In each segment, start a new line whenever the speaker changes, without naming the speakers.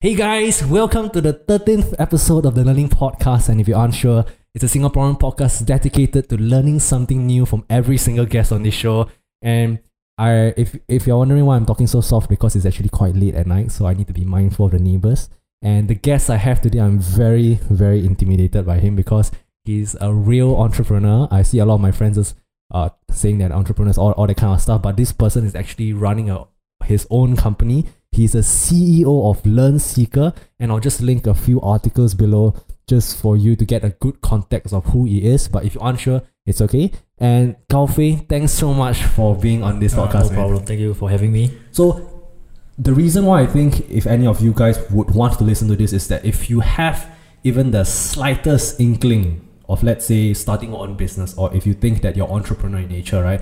Hey guys, welcome to the 13th episode of the Learning Podcast. And if you're unsure, it's a Singaporean podcast dedicated to learning something new from every single guest on this show. And I, if, if you're wondering why I'm talking so soft, because it's actually quite late at night, so I need to be mindful of the neighbors. And the guest I have today, I'm very, very intimidated by him because he's a real entrepreneur. I see a lot of my friends just uh, saying that entrepreneurs, all, all that kind of stuff. But this person is actually running a, his own company. He's a CEO of Learn Seeker, and I'll just link a few articles below just for you to get a good context of who he is. But if you're unsure, it's okay. And Gao Fei, thanks so much for being on this
Uh,
podcast.
No
man.
problem. Thank you for having me.
So the reason why I think if any of you guys would want to listen to this is that if you have even the slightest inkling of let's say starting your own business or if you think that you're entrepreneur in nature, right?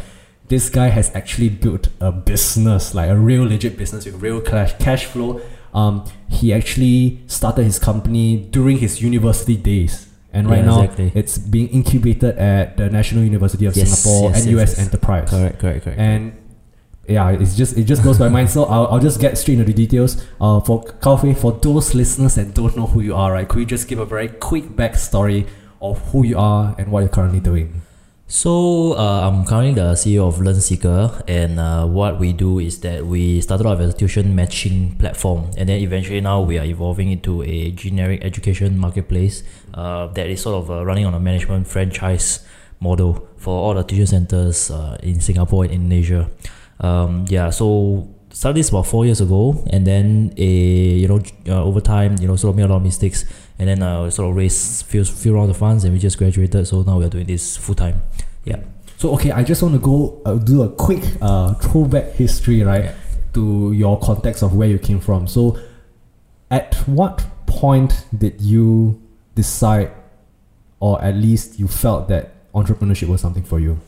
This guy has actually built a business, like a real legit business with real cash cash flow. Um, he actually started his company during his university days. And right
Yeah,
now
exactly.
it's being incubated at the National University of
Yes,
Singapore
yes,
NUS
yes, yes.
Enterprise
Correct, correct, correct.
and yeah, it's just it just blows my mind. So I'll, I'll just get straight into the details. Uh, for Kaufei, for those listeners that don't know who you are, right? Could you just give a very quick backstory of who you are and what you're currently doing?
So uh, I'm currently the CEO of Learn Seeker, and uh, what we do is that we started off as a tuition matching platform, and then eventually now we are evolving into a generic education marketplace uh, that is sort of uh, running on a management franchise model for all the tuition centers uh, in Singapore and Indonesia. Um, yeah, so started this about four years ago, and then a you know j- uh, over time you know sort of made a lot of mistakes, and then uh, sort of raised few few rounds of funds, and we just graduated. So now we are doing this full time. Yeah.
So okay, I just want to go uh, do a quick uh, throwback history, right,
Yeah.
to your context of where you came from. So, at what point did you decide, or at least you felt that entrepreneurship was something for you?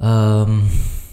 Um,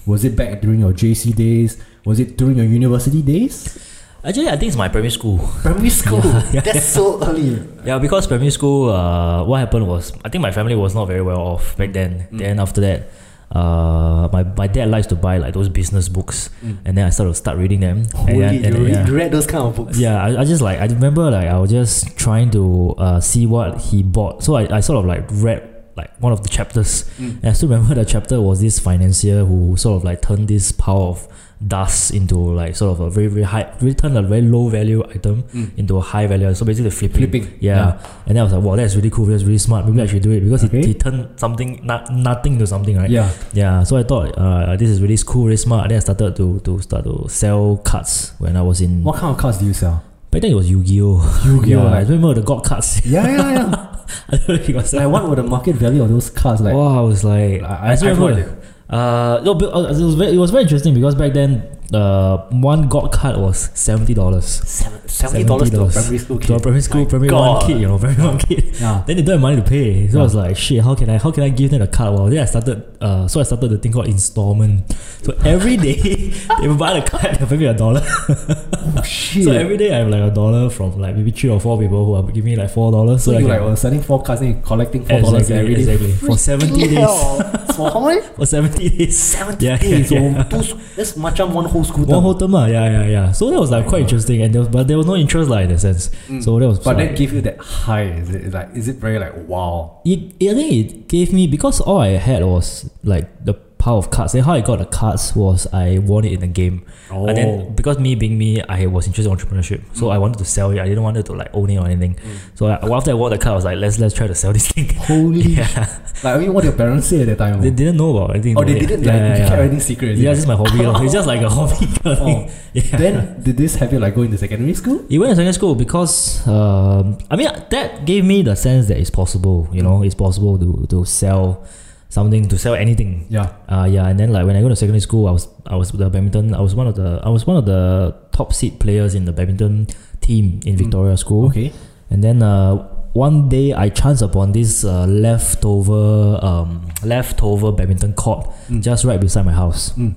Was it back during your JC days? Was it during your university days?
actually, I think it's my primary school.
Primary school. That's so early.
Yeah, because primary school, uh, what happened was I think my family was not very well off back then.
Mm.
Then after that, uh, my, my dad likes to buy like those business books, and then I started to start reading them. and then, and then- Mm. yeah.
read those kind of books.
Yeah, I, I just like I remember like I was just trying to uh, see what he bought. So I, I sort of like read like one of the chapters.
Mm.
And I still remember the chapter was this financier who sort of like turned this pile of dust into like sort of a very very high really turned a very low value item
Mm.
into a high value. So basically flipping.
Flipping.
Yeah. And then I was like, wow, that's really cool, that's really smart. Maybe I should do it because
Okay.
he, he turned something not, nothing into something, right?
Yeah.
Yeah, so I thought uh, this is really cool, really smart. Then I started to, to start to sell cards when I was in
What kind of cards do you sell?
Back then it was Yu-Gi-Oh.
Yu-Gi-Oh,
Yeah, I
like-
remember the God cards.
Yeah, yeah, yeah.
I don't know if you got
like, what were the market value of those cards like?
Wow, I was like,
I-
I, still
I've heard
remember. Uh, no, but, uh, it was very, it was very interesting because back then, uh, one God card was seventy dollars.
Seven,
$70 to a primary
school
To a primary school, primary
God.
one kid, you know, primary one kid.
Yeah.
Then they don't have money to pay, so
Yeah.
I was like, shit, how can I, how can I give them a card? Well, then I started, uh, so I started the thing called installment. So every day they would buy the card, they pay me a dollar.
Oh, shit.
So every day I have like a dollar from like maybe three or four people who are giving me like four dollars.
so
So, I
you
can-
like were selling four cards and you're collecting four dollars
exactly,
every day
exactly. for seventy days.
for how many?
for 70 days.
Seventy
Yeah,
days. oh,
yeah,
so
yeah.
two, that's much one whole school.
One
term.
whole term, ah, yeah, yeah, yeah. So that was like quite interesting, and there was, but there was no interest like in that sense.
Oh Mm.
So that was.
But
like,
that give you that high. Is it like? Is it very like wow?
it, it- I think it gave me because all I had was like the pile of cards. And how I got the cards was I won it in the game,
Oh.
and then because me being me, I was interested in entrepreneurship, so
Mm.
I wanted to sell it. I didn't want it to like own it or anything. So I, well, after I won the card, I was like, let's let's try to sell this thing.
Holy
yeah,
Like, I mean, what your parents say at that time?
they didn't know about anything.
oh, they
about it.
didn't
Yeah,
like
yeah,
you kept
yeah.
everything secret. is it?
Yeah, it's just my hobby. lor. it's just like a hobby. kind of thing.
Oh.
Yeah.
Then did this have you like go into secondary school?
It went to secondary school because um, I mean that gave me the sense that it's possible. You know, it's possible to to sell something, to sell anything.
Yeah.
Uh, yeah, and then like when I go to secondary school, I was I was the badminton. I was one of the I was one of the top seed players in the badminton team in
Mm.
Victoria School.
Okay.
And then uh, one day I chanced upon this uh, leftover um, leftover badminton court
Mm.
just right beside my house.
Mm.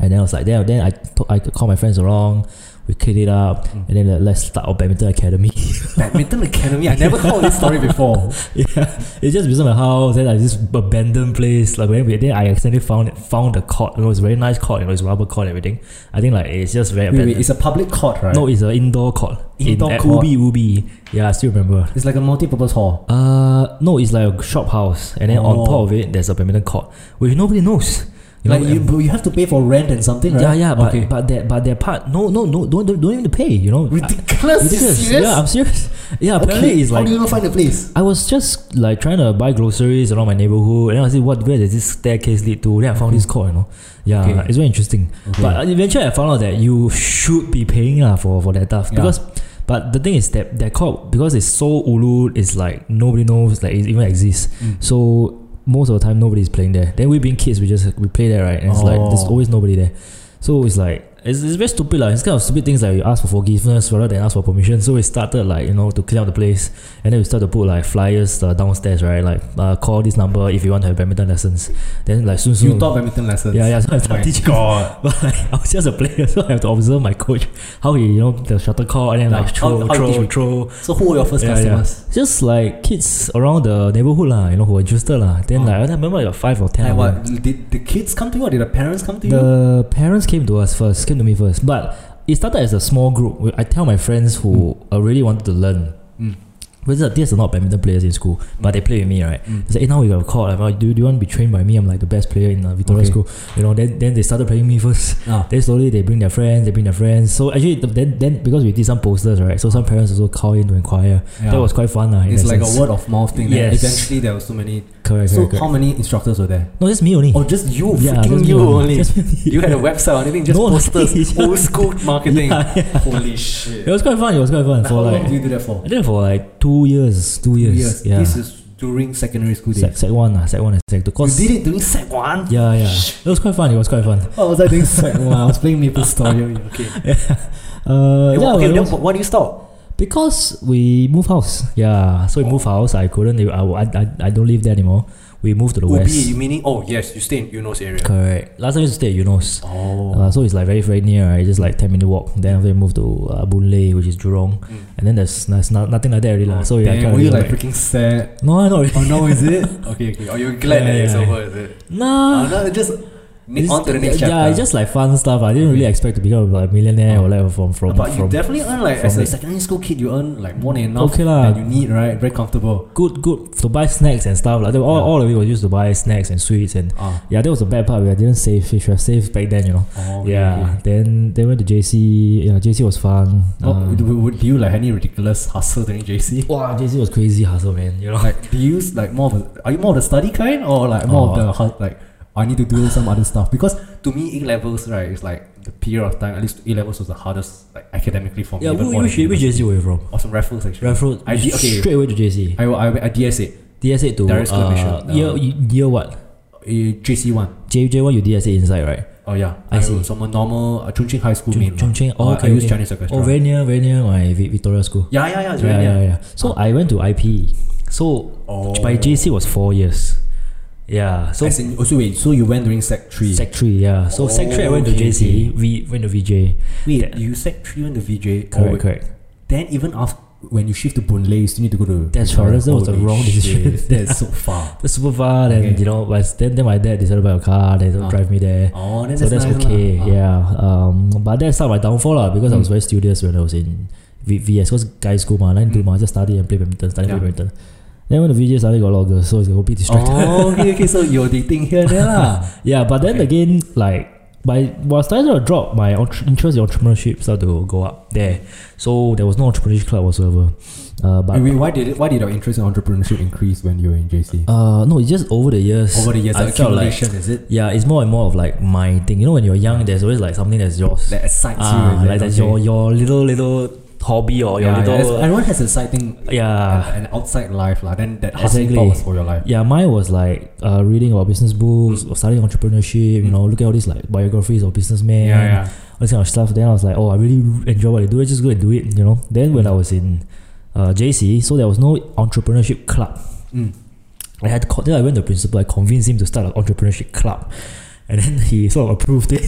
And then I was like, then, then I, to- I called my friends along. we clean it up,
Mm.
and then like, let's start our badminton academy.
Badminton Academy. I never heard this story before.
yeah, it's just beside my house. Then like this abandoned place. Like when we, then I accidentally found it, found the court. You know, it's a very nice court. You know, it's rubber court, and everything. I think like it's just very
Wait, wait,
abandoned.
it's a public court, right?
no, it's an indoor court.
Indoor
in, at
court.
Ubi Ubi. Yeah, I still remember.
it's like a multi-purpose hall.
Uh, no, it's like a shop house, and then
Oh.
on top of it, there's a badminton court, which nobody knows. You
like
know,
you, but you have to pay for rent and something, right?
yeah, yeah, but
Okay.
but that but that part, no, no, no, don't don't, don't even pay. You know,
ridiculous.
I-
You
ridiculous.
serious?
Yeah, I'm serious. Yeah, apparently
okay.
it's
How
like
do you not find a place?
I was just like trying to buy groceries around my neighborhood, and then I said, "What? Where does this staircase lead to?" Then I found this court, you know. Yeah,
Mm-hmm. Okay.
it's very interesting. But eventually, I found out that you should be paying lah for for that stuff
Yeah.
because. But the thing is that that court because it's so ulu, it's like nobody knows like it even exists.
Mm.
So most of the time, nobody's playing there. Then we being kids, we just we play there, right? And it's like there's
Oh.
always nobody there. So it's like. It's, it's very stupid like. It's kind of stupid things like you ask for forgiveness rather than ask for permission. So we started like you know to clean up the place, and then we started to put like flyers uh, downstairs, right? Like uh, call this number if you want to have badminton lessons. Then like soon soon
you taught badminton lessons.
yeah yeah. So I
My
started teaching
God.
but like, I was just a player, so I have to observe my coach how he, you know, the shuttlecock and then
Yeah,
like
how-
throw,
how you teach
throw,
me.
throw.
So who were your first
Yeah,
customers?
Just like kids around the neighborhood lah, you know, who are interested lah. Then
Oh.
like I remember like five or ten.
Like
of them.
what? Did the kids come to you or did the parents come to you?
The parents came to us first, came to me first. But it started as a small group. We- I tell my friends who
Hmm.
uh, really wanted to learn.
Mm.
But these are, these are not badminton players in school, but they play with me, right?
Mm.
They say, hey, now we got a call. I'm like, do, do you want to be trained by me? I'm like the best player in uh, Victoria
Okay.
School. You know, then, then they started playing me first.
Ah.
Then slowly they bring their friends, they bring their friends. So actually, the- then, then because we did some posters, right? So some parents also call in to inquire.
Yeah.
That was quite fun. lah. in
It's
that
like
sense.
a word of mouth thing. Yes.
Yes.
Eventually, there was so many.
Correct,
So,
correct, correct.
how many instructors were there?
No, just me only.
Oh, just you,
Eh. Yeah, just
freaking
me
you
only.
only.
Just me.
You had a website or anything, just
No,
posters,
it's just-
old school marketing.
Yeah, yeah.
Holy
It
shit!
was quite fun. It was quite fun.
Like,
for
how
like,
long do you do that for?
I did it for like two years. Two years. Yeah.
This is during secondary school
sec,
days.
sec one, ah, sec one and sec two.
You
Cause
did it during sec one.
yeah, yeah. It was quite fun. It was quite fun.
What was I doing sec one? I was playing Maple Story. Okay.
Uh,
Hey,
yeah,
okay,
it
then
was-
wh- why do you stop?
because we move house. Yeah, so we move house. I couldn't. I, I, I don't live there anymore. We moved to the
Ubi,
west.
you meaning? Oh yes, you stay in Eunos area.
Correct. Last time we used to stay at Eunos.
Oh.
Uh, so it's like very very near, right? Just like ten minute walk. Then after we moved to uh, Boon Lay, which is Jurong,
Mm.
and then there's, there's no, nothing like that really, lah. So
Oh,
yeah, I
Damn,
can't
were you
really
like
go back.
freaking sad?
no, I not really.
Oh no, is it? okay, okay. Oh, you're glad
Yeah,
that it's
yeah,
over, is it?
Nah,
Oh, no, just
It's-
on to the next
yeah,
chapter.
it's just like fun stuff. I didn't really expect to become a millionaire or like from from
but you
from
definitely earn like
from
as a
it.
secondary school kid, you earn like more than enough
Okay lah.
that you need, right? Very comfortable.
good good to buy snacks and stuff like that. All,
Yeah.
all of it was used to buy snacks and sweets and
Ah,
yeah, that was the bad part. where I didn't save. We should have saved back then, you know.
oh, okay,
yeah.
okay.
Then then went to JC. Yeah, JC was fun.
Oh,
Um,
do, would- do you like any ridiculous hustle during JC?
wow, JC was crazy hustle, man. You know.
Like, do you s- like more of a, are you more of the study kind or like more of
Oh.
the hu- like I need to do some other stuff? Because to me, A levels right is like the period of time. At least A levels was the hardest like academically for me.
yeah,
even
whi-
more
which,
than
which JC were you from?
Or some raffles actually.
Raffles.
I did- okay.
Straight away to JC.
I I, I DSA
DSA to
Direct school
uh,
admission.
year
Uh,
year what?
JC one.
JJ one you DSA inside right?
Oh yeah,
I see.
was from a normal uh, Chongqing High School
Chung
main.
Chung Cheng.
Oh,
Oh, okay,
I use
okay.
Chinese orchestra.
Oh, very near, very near my Vi- Victoria school.
yeah, yeah, yeah, it's
yeah,
very
yeah,
near.
yeah. So I went to IP. So
Oh,
by JC was four years. Yeah. So
So As in, oh, so wait, so you went during sec three? Oh,
sec three. Yeah. So sec three I went to
Okay,
JC. We went to VJ.
wait,
yeah.
you sec three went to VJ.
Correct.
oh, wait,
correct.
Then even after when you shift to Boon Lay, you still need to go to.
That's
Victoria.
right, that was the
Holy
wrong decision.
shit, That's so far.
That's super far. Then
Okay.
you know, but then then my dad decided to buy a car. They don't
Ah.
drive me there.
Oh, then
so that's
nice lah.
okay.
Ah.
Yeah. Um. But that's not my downfall lah because I was
Mm.
very studious when I was in v- VS. Cause guys school ma, nine to
Mm.
ma, just study and play badminton, study
Yeah.
and play badminton. Then when the VJ started, got a lot of girls, so it's a bit distracted.
Oh, okay, okay. So you're dating here, and there lah.
Yeah, but then
Okay.
again, like by while starting to drop, my entre- interest in entrepreneurship started to go up there. So there was no entrepreneurship club whatsoever. Uh, but
Wait, wait, why did it, why did your interest in entrepreneurship increase when you were in JC?
uh, no, it's just over the years.
Over the years,
I
the
felt like
accumulation is it
yeah, it's more and more of like my thing. You know, when you're young, there's always like something that's yours.
that excites
Ah,
you?
like that's your your little little hobby or your
yeah, yeah, that's-
little yeah.
everyone has a side thing
yeah.
an outside life lah. Then that hustle
Exactly.
thought was for your life.
mine was like uh, reading about business books, or studying entrepreneurship. You
Mm.
know, look at all these like biographies of businessmen. all this kind of stuff. Then I was like, oh, I really enjoy what I do. I just go and do it, you know. Then when I was in uh, JC, so there was no entrepreneurship club.
Mm.
I had co- then I went to the principal. I convinced him to start an entrepreneurship club. And then he sort of approved it.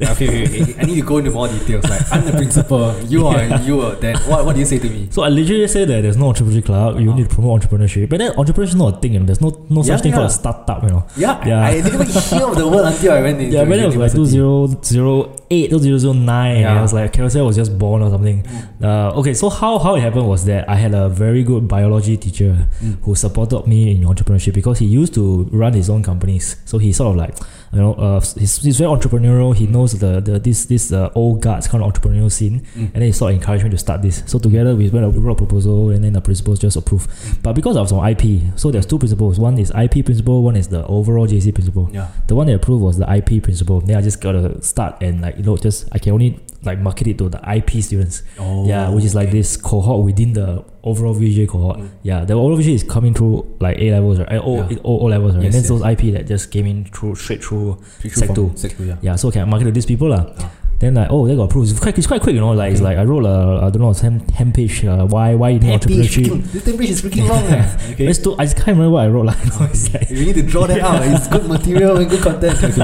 I, feel you. I need to go into more details. Like I'm the principal. You are. You are. Then what? What do you say to me?
So I literally say that there's no entrepreneurship club. You
Uh-huh.
need to promote entrepreneurship. But then entrepreneurship is not a thing. You know? There's no no such
Yeah,
thing called a
yeah.
startup. You know.
Yeah.
Yeah.
I didn't even hear of the word until I went into
Yeah, but then it was like
university.
2008, 2009. And I
Yeah. Mm.
was like, Carousel was just born or something. Uh, okay, so how, how it happened was that I had a very good biology teacher
Mm.
who supported me in entrepreneurship because he used to run his own companies. So he sort of like, you know, uh, he's, he's very entrepreneurial. He knows the, the this this uh, old guards kind of entrepreneurial scene.
Mm.
And then he sort of encouraged me to start this. So together we went up- we wrote a proposal and then the principals just approved. But because I was on IP, so there's two principles. One is IP principle, one is the overall JC principle.
Yeah.
The one they approved was the IP principle. Then I just gotta start and like you know just I can only like market it to the IP students.
Oh,
yeah, which is like
okay.
this cohort within the overall VJ cohort.
Mm.
Yeah, the overall VJ is coming through like A levels right, Eh, O
Yeah.
O, o levels right.
Yes,
and then
yes.
those IP that just came in through straight through.
True, true
sec
form.
two.
Sec two. Yeah.
Yeah, so can I market to these people lah.
Yeah.
Then like oh they got approved. It's quite it's quite quick you know like it's
Okay.
like I wrote a I don't know ten, 10 page uh, why why you need
Happy Oh, is
entrepreneurship.
freaking, this template is freaking long. eh. Okay.
It's too, I just can't remember what I wrote like. you know, it's like
We need to draw that out. It's good material and good content. Okay.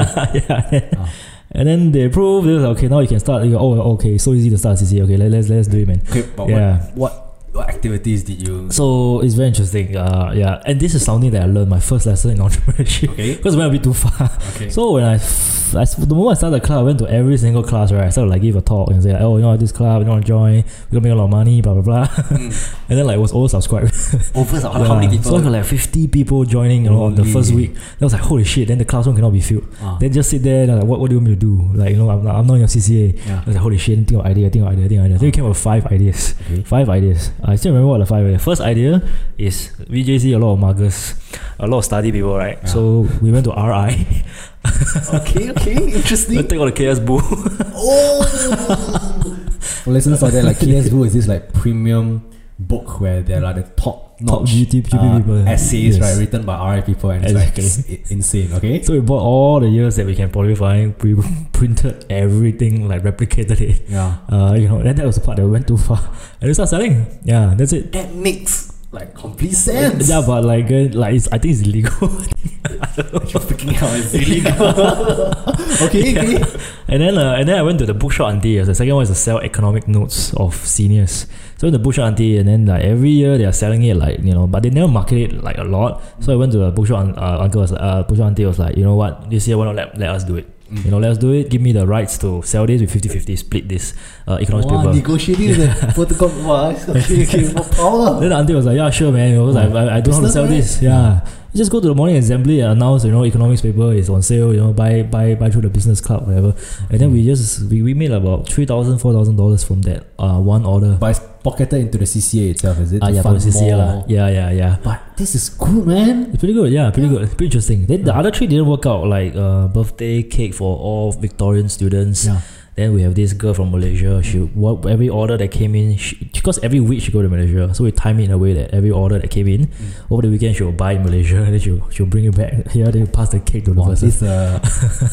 yeah.
Ah.
And then they approve. They was like, okay, now you can start. You go, oh, okay, so easy to start CC. Okay, let, let's let's do it, man.
Okay, but
Yeah.
what, what what activities did you?
So it's very interesting. Uh, yeah. And this is something that I learned my first lesson in entrepreneurship
Okay.
because it went a bit too far.
Okay.
So when I, f- I s- the moment I started the club, I went to every single class. Right, I started like give a talk and say, like, oh, you know, this club, you want to join? We're gonna make a lot of money, blah blah blah.
Mm.
And then like it was all subscribed.
over how, how many people?
So I got like fifty people joining. You know, on the first
Holy.
week. Then I was like, holy shit! Then the classroom cannot be filled.
Ah,
Then just sit there. And I'm like, what what do you want me to do? Like you know, I'm, not- I'm not in your CCA.
yeah.
I was like, holy shit, think of idea, think of idea, think of idea. Then we came up with five ideas.
Okay.
Five ideas. I still remember what the five ideas. First idea is VJC, a lot of muggers, a lot of study people, right?
Yeah.
So we went to RI,
okay. Okay.
we
Interesting.
take all the KS boo.
oh. For listeners out there, like KS Go is this like premium book where there are the top
Top
notch
GT
uh,
people.
essays
Yes.
right written by RI people and it's like
Exactly.
it's i- insane. Okay.
So we bought all the years that we can probably find. We printed everything, like replicated it.
Yeah.
Uh, you know, that, that was the part that we went too far. And we started selling. Yeah, that's it.
That makes like complete sense.
Yeah, but like, uh, like it's, I think it's illegal.
You're freaking out. It's illegal. okay. okay.
And then, uh, and then I went to the bookshop auntie. uh, The second one is to sell economic notes of seniors. So in the bookshop auntie, and then like every year they are selling it like you know, but they never market it like a lot. So I went to the bookshop un- uh, uncle. Was, uh, bookshop auntie was like, you know what? This year, why not let, let us do it?
Mm.
You know, let us do it. Give me the rights to sell this with 50-50, split this uh, economics
Wow,
paper.
negotiating the protocol. Wow, okay, okay, no
Then
problem.
the auntie was like, yeah, sure, man. You know, like,
Oh.
I, I don't know how to
Business,
sell
right?
this. Yeah. You just go to the morning assembly and announce, you know, economics paper is on sale, you know, buy buy buy through the business club, whatever. And then we
Mm.
just, we, we made about $3,000, $4,000 from that uh, one order.
But it's pocketed into the CCA itself, is it?
Ah,
To
yeah,
fund
for the CCA lah.
more-
yeah, yeah, yeah.
But this is good, man.
It's pretty good, yeah, pretty
Yeah.
good. Pretty interesting. Then the other three didn't work out, like uh, birthday cake for all Victorian students.
Yeah.
Then we have this girl from Malaysia. She what every order that came in, she, because every week she go to Malaysia, so we time it in a way that every order that came in
Mm.
over the weekend she will buy in Malaysia, and then she will- she will bring it back here. Then you pass the cake to the
Wow,
person.
this uh,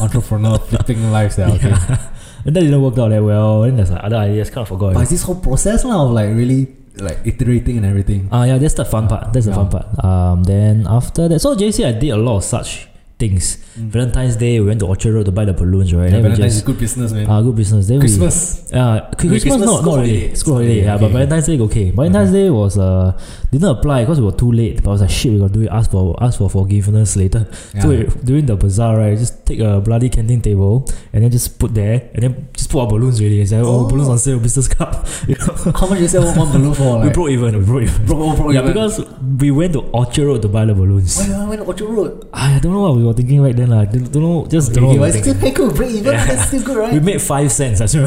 entrepreneur flipping lifestyle. Okay.
Yeah. and that didn't work out that well. Then there's like other ideas, kind of forgot.
But
already.
it's this whole process now of like really like iterating and everything.
Ah, yeah, that's the fun part. That's the
Yeah.
fun part. Um, then after that, so JC, I did a lot of such things. Valentine's Day, we went to Orchard Road to buy the balloons, right?
yeah, Mm.
Then we
Valentine's is
just-
good business, man.
Ah, good business. Then we
Christmas.
Yeah, Chri-
Wait,
Christmas,
Christmas,
not,
school
not really.
holiday.
School holiday, yeah,
Okay,
but
okay.
Valentine's Day okay. Valentine's Day was uh didn't apply because we were too late. But I was like, shit, we gotta do it. Ask for ask for forgiveness later.
Yeah.
So we, during the bazaar, right, just take a bloody canteen table and then just put there and then just put our balloons really. It's like, oh,
Oh.
balloons on sale, business cup. You know?
How much you sell one balloon for?
we
Like,
broke even. We broke even.
broke over.
yeah, because we went to Orchard Road to buy the balloons.
when I went to Orchard Road,
I don't know what we were thinking right then, like, don't don't know, just
okay,
don't know.
okay,
what we were
but it's still
thinking.
pretty cool. Break even,
Yeah.
that's still good,
we
right?
made five cents. I still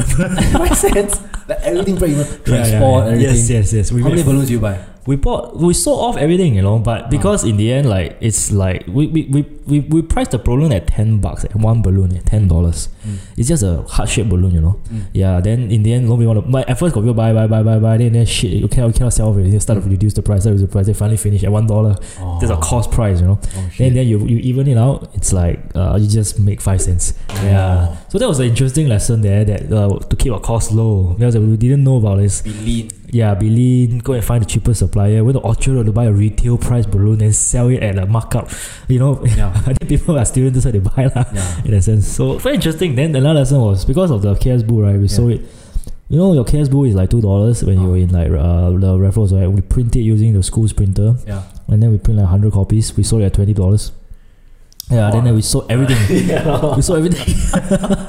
remember.
Makes sense. Like everything break even, transport,
Yeah, yeah,
everything.
yeah. Yes, yes, yes. We
How
made
many balloons do you buy?
we bought we sold off everything you know but because in the end like it's like we we, we, we, we priced the balloon at 10 bucks at one balloon at 10 dollars
Mm.
it's just a heart shaped balloon you know
Mm.
yeah then in the end nobody want to but at first got people buy buy buy buy buy then, then shit you cannot, you cannot sell it they start to reduce the price reduce the price they finally finish at one dollar
Oh,
that's a cost price you know
Oh,
then
shit.
then you, you even it out it's like uh, you just make five cents yeah
Oh.
so that was an interesting lesson there that uh, to keep our costs low because we didn't know about this
Be lean.
yeah, Billy, go and find the cheapest supplier. Went to Orchard Road to buy a retail price balloon and sell it at a markup. You know,
Yeah.
I think people are students, that's what they buy lah.
yeah.
In a sense, so very interesting. Then another lesson was because of the KS Boo, right? We
Yeah.
saw it. You know, your KS Boo is like two dollars when
Ah.
you're in like uh, the raffles, right? We print it using the school's printer,
Yeah.
and then we print like hundred copies. We sold it at twenty dollars. Yeah, then, then we sold everything. We saw everything.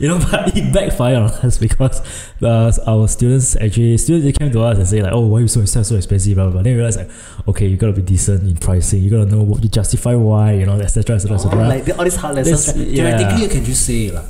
you know, but it backfired on us because uh, our students actually students they came to us and say like, oh, why you so so, so expensive? Blah, blah, blah. Then we realized like, okay, you gotta be decent in pricing. You gotta know what you justify why. You know, etc. etc.
Oh,
etc.
like the- all these hard lessons.
That's-
right?
yeah.
Theoretically, you can just say it, lah.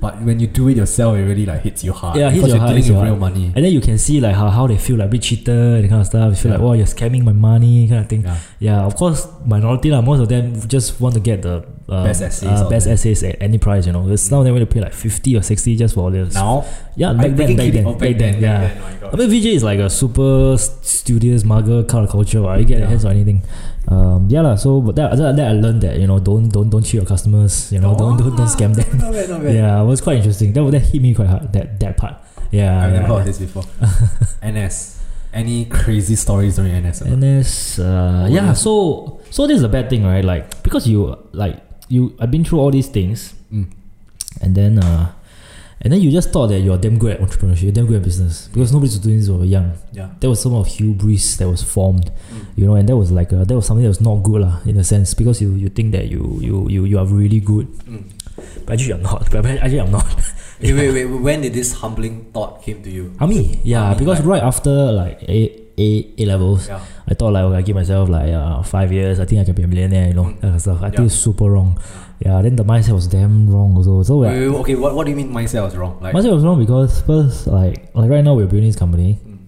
but when you do it yourself, it really like hits you hard.
Yeah, it hits
because
your
you're
hard, hits
dealing with
your
real
hard.
money.
And then you can see like how, how they feel like a bit cheater and kind of stuff. You feel
Yeah.
like, oh, you're scamming my money, kind of thing.
Yeah.
Yeah, of course, minority lah. Most of them just want to get the uh,
Best essays
uh,
out
best
there.
essays at any price. You know, because now they want to pay like fifty or sixty just for all this.
Now,
Yeah,
I'm
back then,
thinking
back
kid-
then,
oh,
back, then, yeah.
oh my
I
God.
mean, VJ is like a super s- studious, mugger kind of culture. Right? You get your
Yeah.
hands on anything. Um, yeah lah. So, but that, that that I learned that you know, don't don't don't cheat your customers. You know, don't don't don't scam them.
Not bad, not bad.
Yeah, it was quite interesting. That that hit me quite hard. That that part. Yeah.
I
yeah,
never heard
yeah.
of this before. NS. Any crazy stories during NS?
And there's uh, yeah. So so this is a bad thing, right? Like because you like you I've been through all these things,
Mm.
and then uh, and then you just thought that you're damn good at entrepreneurship, you're damn good at business because nobody's doing this when we're young.
yeah.
there was some of hubris that was formed, you know, and that was like uh that was something that was not good lah, in a sense because you you think that you you you, you are really good,
Mm.
but actually you're not. But actually I'm not.
Wait, wait, wait. When did this humbling thought came to you?
Army, yeah,
Army,
because right after like A A A levels,
Yeah.
I thought like okay, I give myself like uh, five years, I think I can be a millionaire, you know, that kind of stuff. I think
Yeah.
it's super wrong. Yeah, then the mindset was damn wrong also. So
Wait,
like,
wait, wait, okay, what, what do you mean mindset was wrong? Like,
mindset was wrong because first like like right now we're building this company.
Mm.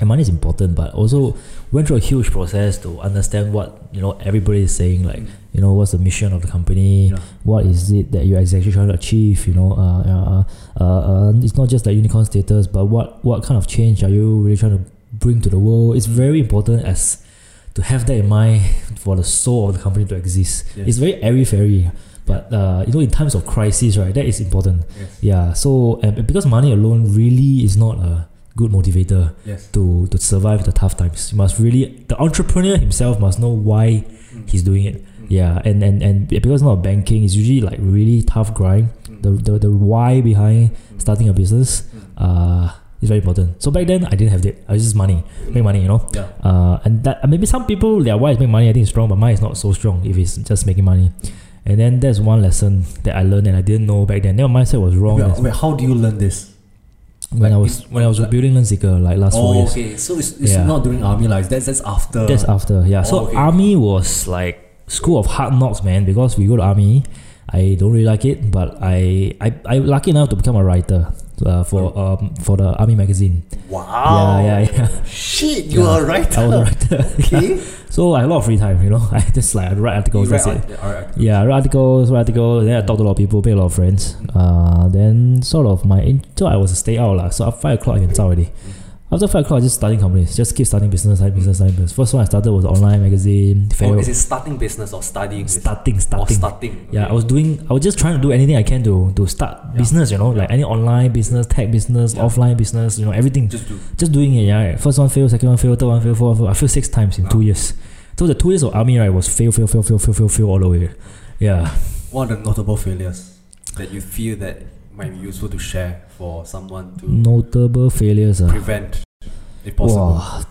and money is important but also went through a huge process to understand what you know everybody is saying like you know what's the mission of the company
mm, Yeah.
what is it that you're exactly trying to achieve you know uh, uh, uh, uh, it's not just like unicorn status but what what kind of change are you really trying to bring to the world it's very important as to have that in mind for the soul of the company to exist
Yes.
it's very airy fairy but uh, you know in times of crisis right that is important
yes.
yeah so and because money alone really is not a good motivator
Yes.
to to survive the tough times. You must really the entrepreneur himself must know why
Mm.
he's doing it.
Mm.
Yeah, and and and because now banking is usually like really tough grind.
Mm.
The the, the why behind
Mm.
starting a business
Mm.
uh is very important. So back then I didn't have that. I was just money, make money, you know.
Mm. Yeah.
Uh, and that maybe some people their why is make money. I think it's strong, but mine is not so strong if it's just making money. And then that's one lesson that I learned and I didn't know back then. Then my mindset was wrong
Wait, wait, how do you learn this?
when I
like
was
in-
when I was
like-
building Lensiker like last four
oh,
years.
okay. So it's, it's
Yeah.
not during army life. That's that's after.
That's after, yeah.
Oh,
so
okay.
army was like school of hard knocks, man. Because we go to army, I don't really like it, but I I I lucky enough to become a writer uh, for um for the army magazine.
wow.
Yeah, yeah, yeah.
Shit, you
Yeah.
are right.
I was a writer.
Okay.
so I had a lot of free time, you know. I just like I write
You
articles.
read
That's it.
art- art- art-
Yeah, I write articles, write articles. Then I talk to a lot of people, make a lot of friends. Uh, then sort of my in- so I was a stay out lah. So at five o'clock I can start already. After five o'clock, I just starting companies, just keep starting business, starting business, starting business. First one I started was online magazine.
Oh,
Fair-
is it starting business or studying? business?
starting,
Or
starting.
starting.
Yeah,
okay.
I was doing. I was just trying to do anything I can to to start
Yeah.
business. You know, like any online business, tech business,
Yeah.
offline business. You know, everything. Just,
just do.
doing it. Yeah, right? first one fail, second one fail, third one fail, fourth one fail. I failed six times in
Wow.
two years. So the two years of army right was fail, fail, fail, fail, fail, fail, fail all the way. Yeah,
What are the notable failures that you feel that might be useful to share for someone to
Mm. notable failures. Ah,
prevent, if possible?
wow.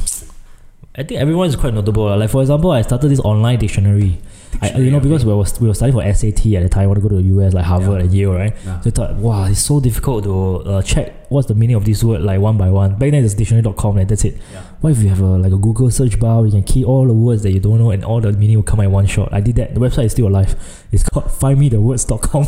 I think everyone is quite notable. ah. Like for example, I started this online dictionary. I, uh, you know, because we were we were studying for SAT at the time. I want to go to the US, like Harvard
Yeah.
and Yale, right?
Yeah.
So I thought, wow, it's so difficult to uh, check what's the meaning of this word like one by one. Back then it's dictionary.com and that's it.
Yeah.
What if you have a like a Google search bar, you can key all the words that you don't know and all the meaning will come at one shot. I did that. The website is still alive. It's called findmethewords.com.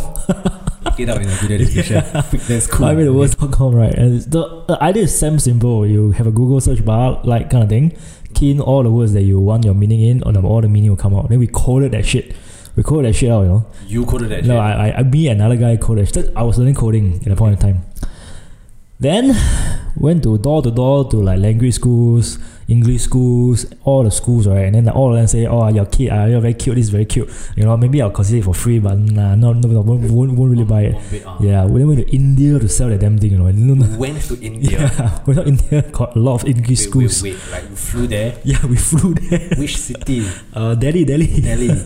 Look it up in the video description. That's cool.
Findmethewords.com, right? And it's the, the idea is same simple. You have a Google search bar, like kind of thing, key in all the words that you want your meaning in, and all the meaning will come out. Then we coded that shit. We coded that shit out, you know.
You coded that
No,
shit.
I, I, I, me and another guy coded. I was learning coding at that point in time. Then went to door to door to like language schools, English schools, all the schools, right? And then like all of them say, "Oh, your kid, ah, you're very cute. This is very cute. You know, maybe I'll consider it for free, but nah, no, no, no won't, won't, won't really buy it." Yeah, we then went to India to sell that damn thing. You know, and no, no,
Went to India.
yeah, we not India got a lot of English
wait, wait,
schools.
wait, like you flew there.
Yeah, we flew there.
Which city?
Uh, Delhi, Delhi.
Delhi.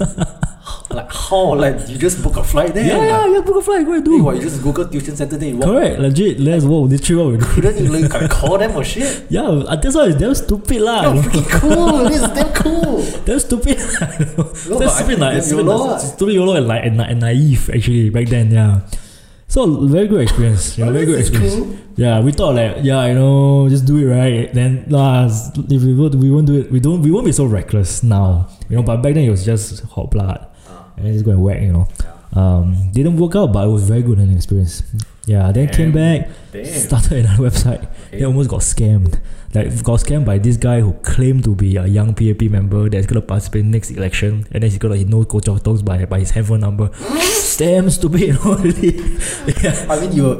like how? Like you just book a flight there?
Yeah, yeah, yeah, book a flight. What do
Hey,
you do?
what, you just Google tuition center then you walk.
Correct, legit. Let's walk. Literally, what we do.
Couldn't you like can call them or shit?
Yeah, uh, that's why it's damn stupid lah.
Yo,
you know.
freaking cool. this is damn cool.
Damn stupid.
No,
That's
but
stupid,
I-
like,
you
stupid,
know what?
stupid YOLO and, like, and, and naive actually back then, yeah. So very good experience. Yeah,
Oh,
very
this
good
is
experience.
cool.
Yeah, we thought like, yeah, you know, just do it right. Then nah, s- if we would, we won't do it. We don't. We won't be so reckless now, you know. But back then it was just hot blood,
Ah.
and just go and whack, you know. Um, didn't work out, but it was very good an experience. Yeah, then came back, started another website. They almost got scammed. Like got scammed by this guy who claimed to be a young PAP member that's gonna participate next election, and then he's gonna he knows Go Chok Tok's by by his handphone number. Damn stupid, you know. really. yeah.
I mean, you, you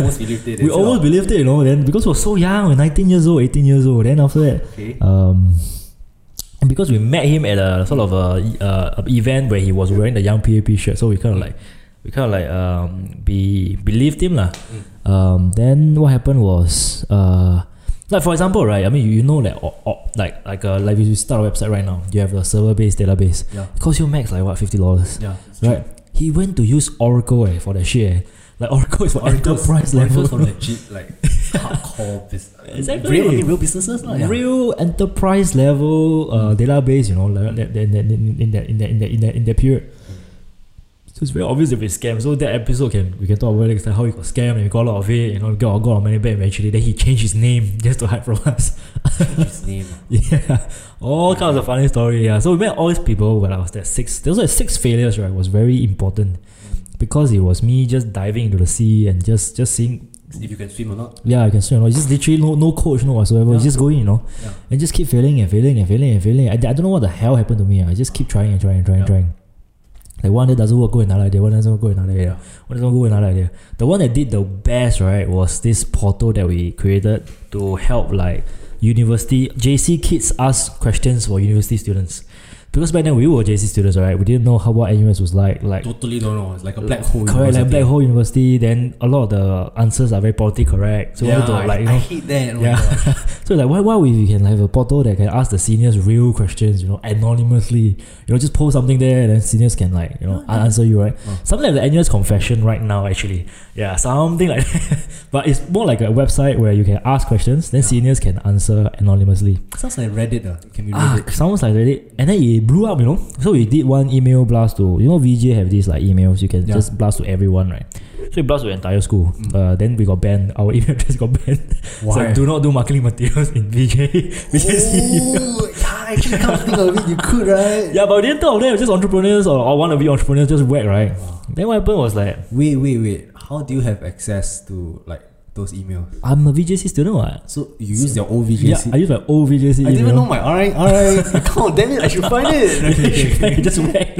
almost believed it.
We
as well.
almost believed it, you know, then because we were so young, we we're 19 years old, 18 years old. Then after that,
Okay.
um, and because we met him at a sort of a, uh, a event where he was wearing the young PAP shirt, so we kind of like, we kind of like um be believed him lah. Um, then what happened was uh. Like for example, right? I mean, you, you know, like or, or, like like uh, like if you start a website right now, you have a server-based database.
Yeah.
It costs you max like what fifty dollars
Yeah.
right? He went to use Oracle eh, for that shit. eh. Like Oracle is for enterprise level.
Oracle's for legit like hardcore business.
Exactly.
Real, I mean, real businesses lah. yeah.
Real enterprise level uh, database, you know, like that, that, that, in, in that in that in that in that in that period. So it's very obvious if it's scam. So that episode can we can talk about it next time how he got scammed and we got a lot of it, you know, we got, got our money back eventually. Then he changed his name just to hide from us.
His name.
Yeah, all kinds of funny story. Yeah, so we met all these people when I was there. Six, those were six failures, right? Was very important because it was me just diving into the sea and just just seeing.
If you can swim or not.
Yeah, I can swim. You know, just literally no, no coach, no whatsoever.
Yeah.
Just going, you know,
Yeah.
and just keep failing and failing and failing and failing. I, I don't know what the hell happened to me. ah. I just keep trying and trying and trying and
Yeah.
trying. Like one day doesn't work, go another idea. One doesn't work, go another idea. One doesn't work, go another idea. The one that did the best, right, was this portal that we created to help like university JC kids ask questions for university students. Because back then we were JC students, right? We didn't know how what NUS was like. Like
Totally don't know. It's like a black hole.
correct, like
university.
black hole university. Then a lot of the answers are very politically correct. So we
yeah,
had to, like you
I, I
know,
hate that.
Yeah.
Yeah.
so like why why we can have a portal that can ask the seniors real questions, you know, anonymously. You know, just post something there and then seniors can like, you know, answer you, right?
Oh.
Something like the NUS confession right now actually. Yeah, something like that. But it's more like a website where you can ask questions, then
Yeah.
seniors can answer anonymously.
Sounds like Reddit. Uh. It can be
Ah,
Reddit.
sounds like Reddit. And then it blew up, you know. So we did one email blast to you know VJ have these like emails you can
Yeah. Mm.
just blast to everyone, right? So we blast to the entire school. Uh, then we got banned. Our email address got banned.
Why?
So do not do marketing materials in VJ. We just
oh, yeah, actually, come to think of it, you could, right?
yeah, but we didn't think of them. It was Just entrepreneurs or, or one of you entrepreneurs just whack, right? Then what happened was like
Wait, wait, wait. How do you have access to like those emails?
I'm a VJC student, what?
So you use your old
Yeah,
VJC?
I use my old VJC
I didn't even know
email.
my RI RI account. Damn it, I should find it.
just whack.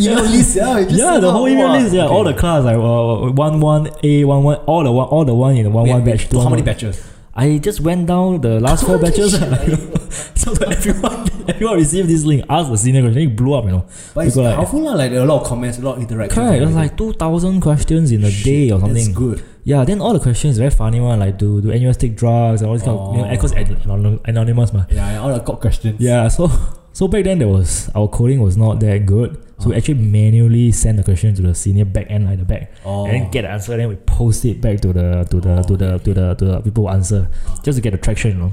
email list, yeah. you just
Yeah,
send
the
out,
whole email
wow.
list. Yeah,
Okay.
all the class like uh, one one A one one all the one all the one in the one
Wait,
one
wait,
batch.
so
two
How
one
many
one-
batches?
I just went down the last four batches. so that everyone everyone received this link. Asked the senior question. It blew up. You know.
But it's
We got like-
helpful lah. Like there are a lot of comments, a lot of interaction.
Correct. It was like two thousand questions in a day or
That's
something.
good.
Yeah. Then all the questions very funny one. Like do do NUS take drugs and all this kind of. You know,
Oh.
because anon- anonymous man.
Yeah, yeah, all the cop questions.
Yeah, so so back then there was our coding was not that good. So we actually manually send the question to the senior back end like the back.
Oh.
And then get the answer, then we post it back to the to the to the to the to the people who answer. Just to get the traction, you know.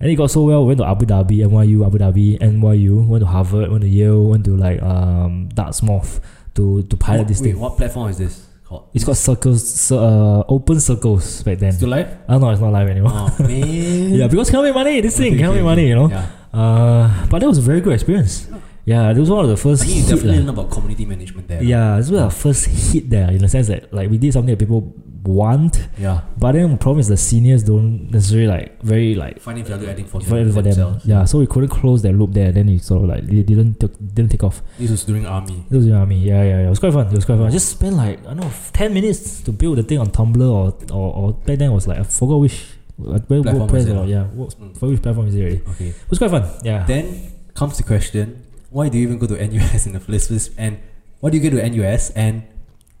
And it got so well, we went to Abu Dhabi, NYU, Abu Dhabi, NYU, went to Harvard, went to Yale, went to like um Dartmouth to to pilot
What,
this
wait,
thing.
what platform is this called?
It's called circles Cir- uh, open circles back then.
Still Life?
I don't know, it's not live anymore.
Oh, man.
Yeah, because cannot make money, this thing
Okay,
cannot
okay,
make money, you know.
Yeah.
Uh, but that was a very good experience. Yeah, that was one of the first.
I think you
hit lah.
definitely learn about community management there.
Yeah, this was our first hit there in the sense that like we did something that people want.
Yeah.
But then the problem is the seniors don't necessarily like very like
Finding value adding for,
for, for them. Yeah, so we couldn't close that loop there. Then it sort of like it didn't took, didn't take off.
This was during army.
It was in army. Yeah, yeah, yeah. It was quite fun. It was quite fun. I just spent like I don't know ten minutes to build the thing on Tumblr or or, or back then it was like I forgot which like, where
Platform
WordPress
was it
or
on?
yeah, what,
Mm.
for which platform is it already? It
Okay.
was quite fun. Yeah.
Then comes the question: Why do you even go to NUS in the first place? And why do you go to NUS and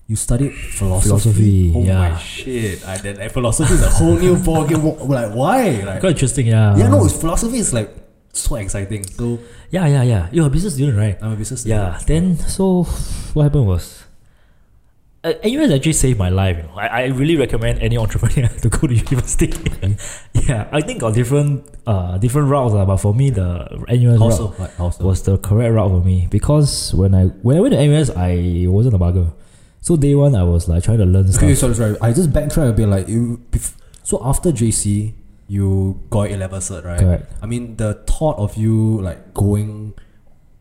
you studied philosophy?
Philosophy,
oh
yeah.
my shit! I then like, philosophy is a whole new ballgame. Wha- Like why? Like
Quite interesting. Yeah.
yeah, no, it's philosophy is like so exciting. So
Yeah, yeah, yeah. You're a business student, right?
I'm a business.
Yeah. Then so what happened was. Uh, NUS actually saved my life. You know. I, I really recommend any entrepreneur to go to university. yeah, I think got different uh different routes, uh, but for me the NUS route
Also, like, also.
was the correct route for me because when I when I went to NUS, I wasn't a bugger. So day one, I was like trying to learn
Okay, sorry,
stuff.
sorry. I just backtrack a bit. Like you, bef- so after JC, you got A level cert, right?
Correct.
I mean, the thought of you like going,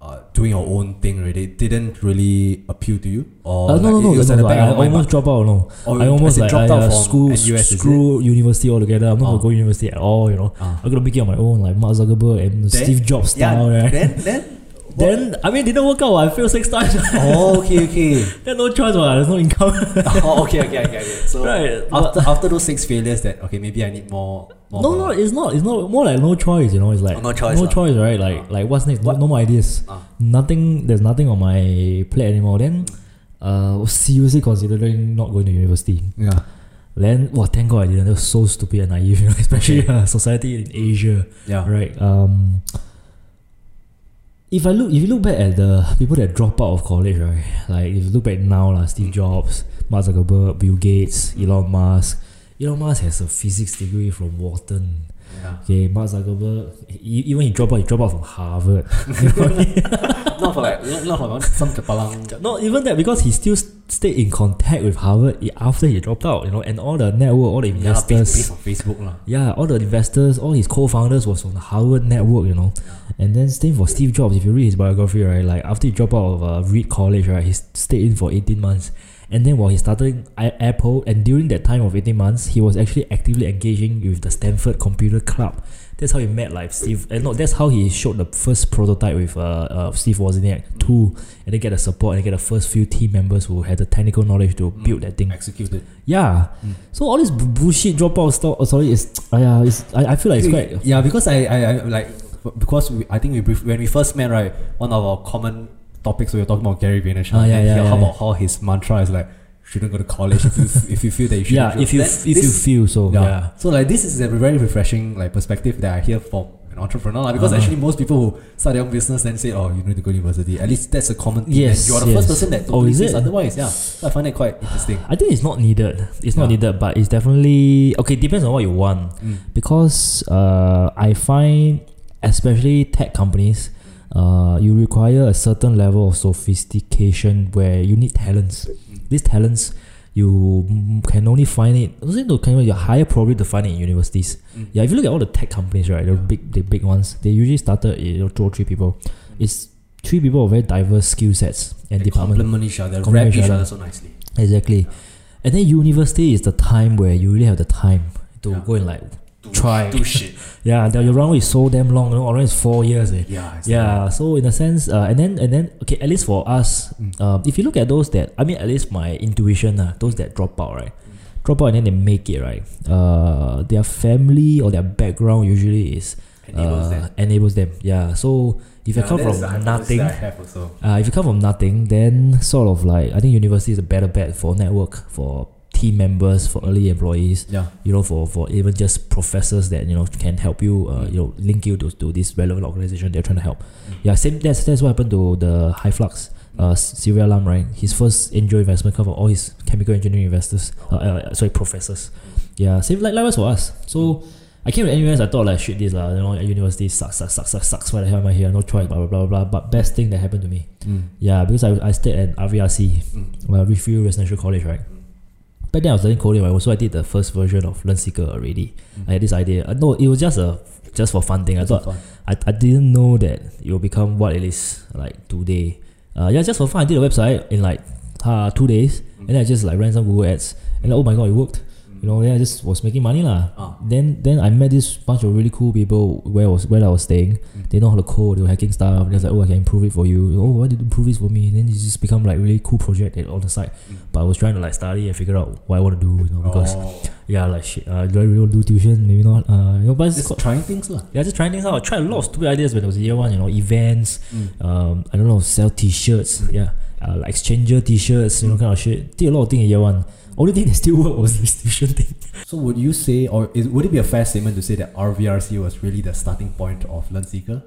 uh, doing your own thing really didn't really appeal to you, or
Uh, no, no,
like,
no,
it, it
no,
was at
no,
the
I,
back
I
of your mind,
almost dropped out. No,
but- or
I
you-
almost
as in
like
dropped
I,
out
uh,
from
school,
NUS, is it?
screw university altogether. I'm not
Oh.
gonna go university at all. You know,
Ah.
I'm gonna make it on my own, like Mark Zuckerberg and Steve Jobs style.
Yeah,
right?
then then
Then, I mean, it didn't work out. I failed six times.
oh okay okay
There's no choice. What? There's no income.
oh okay okay okay. okay. So
Right,
after after those six failures, that okay maybe I need more. more
no, no, it's not. It's not more like no choice. You know, it's like
Oh, no choice
no
lah.
choice, right? Like, like what's next? No, no more ideas.
Ah.
Nothing. There's nothing on my plate anymore. Then, uh, seriously considering not going to university.
yeah
Then, well, thank God I didn't. That was so stupid and naive, you know, especially uh, society in Asia,
yeah
right? Um, if I look, if you look back at the people that drop out of college, right? Like if you look back now, like Steve Jobs, Mark Zuckerberg, Bill Gates, Elon Musk. Elon Musk has a physics degree from Wharton.
yeah.
Okay, Mark Zuckerberg, he, even he dropped out, he dropped out from Harvard.
not for like not for like some kapalang
Not even that, because he still s- stayed in contact with Harvard i- after he dropped out, you know, and all the network, all the
yeah based,
investors.
based on Facebook lah.
Yeah, all the investors, all his co-founders was on the Harvard network, you know. And then same for Steve Jobs. If you read his biography, right, like after he dropped out of uh, Reed College, right, he stayed in for eighteen months. And then while he started I- Apple, and during that time of eighteen months, he was actually actively engaging with the Stanford Computer Club. That's how he met like Steve. And no, that's how he showed the first prototype with uh, uh Steve Wozniak too, and they get the support and they get the first few team members who had the technical knowledge to build that thing.
executed.
Yeah.
Mm.
So all this bu- bullshit dropout stuff. Oh, sorry, it's yeah, it's, I, I feel like it's quite.
yeah, because I, I, I like because we, I think we brief, when we first met, right? One of our common topics we were talking about Gary Vaynerchuk.
Ah, yeah,
and
yeah,
here,
yeah,
how
yeah.
about how his mantra is like, shouldn't go to college if you, f- if you feel that you shouldn't.
Yeah, if you
Then
if you
this-
feel so.
yeah.
Yeah.
So like this is a very refreshing like perspective that I hear from an entrepreneur lah, because
Uh-huh.
actually most people who start their own business then say, oh, you need to go to university. At least that's a common thing.
Yes,
and you are the first
yes.
person that
Oh,
totally
is
says
it?
otherwise. Yeah, so I find it quite interesting.
I think it's not needed. It's not
Yeah.
needed, but it's definitely okay. Depends on what you want,
Mm.
because uh, I find especially tech companies, uh, you require a certain level of sophistication where you need talents.
Mm.
These talents, you mm, can only find it. Also, you can you higher probably to find it in universities.
Mm.
Yeah, if you look at all the tech companies, right, the
Yeah. Mm.
big the big ones, they usually started you know, two or three people. It's three people with very diverse skill sets and
They
department.
complement each other,
Complement
wrap
each
each
other.
other so nicely.
Exactly. And then university is the time where you really have the time to
Yeah.
go and like
Do-
Try.
do shit.
yeah, the, your runway is so damn long, you know, around is four years. Eh.
Yeah. it's
Yeah, so in a sense, uh, and then and then okay, at least for us,
Mm.
um, if you look at those that I mean, at least my intuition, uh, those that drop out, right,
Mm.
drop out and then they make it, right, uh, their family or their background usually is
enables
uh,
them.
enables them. Yeah, so if you
Yeah,
come
that is
from
the hypothesis
nothing,
that I have also.
Uh, if you come from nothing, then sort of like I think university is a better bet for network, for team members, for early employees.
Yeah.
You know, for, for even just professors that you know can help you, uh, you know, link you to, to this relevant organization they're trying to help. Yeah, same. That's that's what happened to the high flux. Uh, Syria Lam, right? His first angel investment cover all his chemical engineering investors, uh, uh, sorry, professors. Yeah, same like likewise for us. So I came to NUS, I thought like shit this lah, you know, university sucks, sucks, sucks, sucks, sucks. Why the hell am I here? No choice, blah blah blah blah. blah. But best thing that happened to me,
Mm,
yeah, because I, I stayed at RVRC, well, Redfield Residential College, right? Back then I was learning coding, right? So I did the first version of LearnSeeker already. I had this idea. Uh, no, it was just a just for fun thing. I thought I, I didn't know that it will become what it is like
Mm.
today. Uh, yeah, just for fun, I did a website in like uh, two days, and then I just like ran some Google ads, And like, oh my god, it worked. You know, then I just was making money lah.
Ah.
Then then I met this bunch of really cool people where I was where I was staying.
Mm.
They know how to code, they were hacking stuff, and they was like, Oh, I can improve it for you. Oh, why did you improve this for me? And then it just become like really cool project at on the side. But I was trying to like study and figure out what I want to do, you know, because
Mm. oh,
yeah, like shit, uh, do I really do tuition? Maybe not. Uh, you know, but it's
just
quite-
trying things lah.
yeah, just trying things out. I tried a lot of stupid ideas when I was in year one, you know, events,
Mm.
um, I don't know, sell t shirts, yeah, uh, like exchanger t shirts, you know, kind of shit. Did a lot of things in year one. Only thing that still worked was this tuition thing.
So would you say, or is, would it be a fair statement to say that RVRC was really the starting point of Learn Seeker,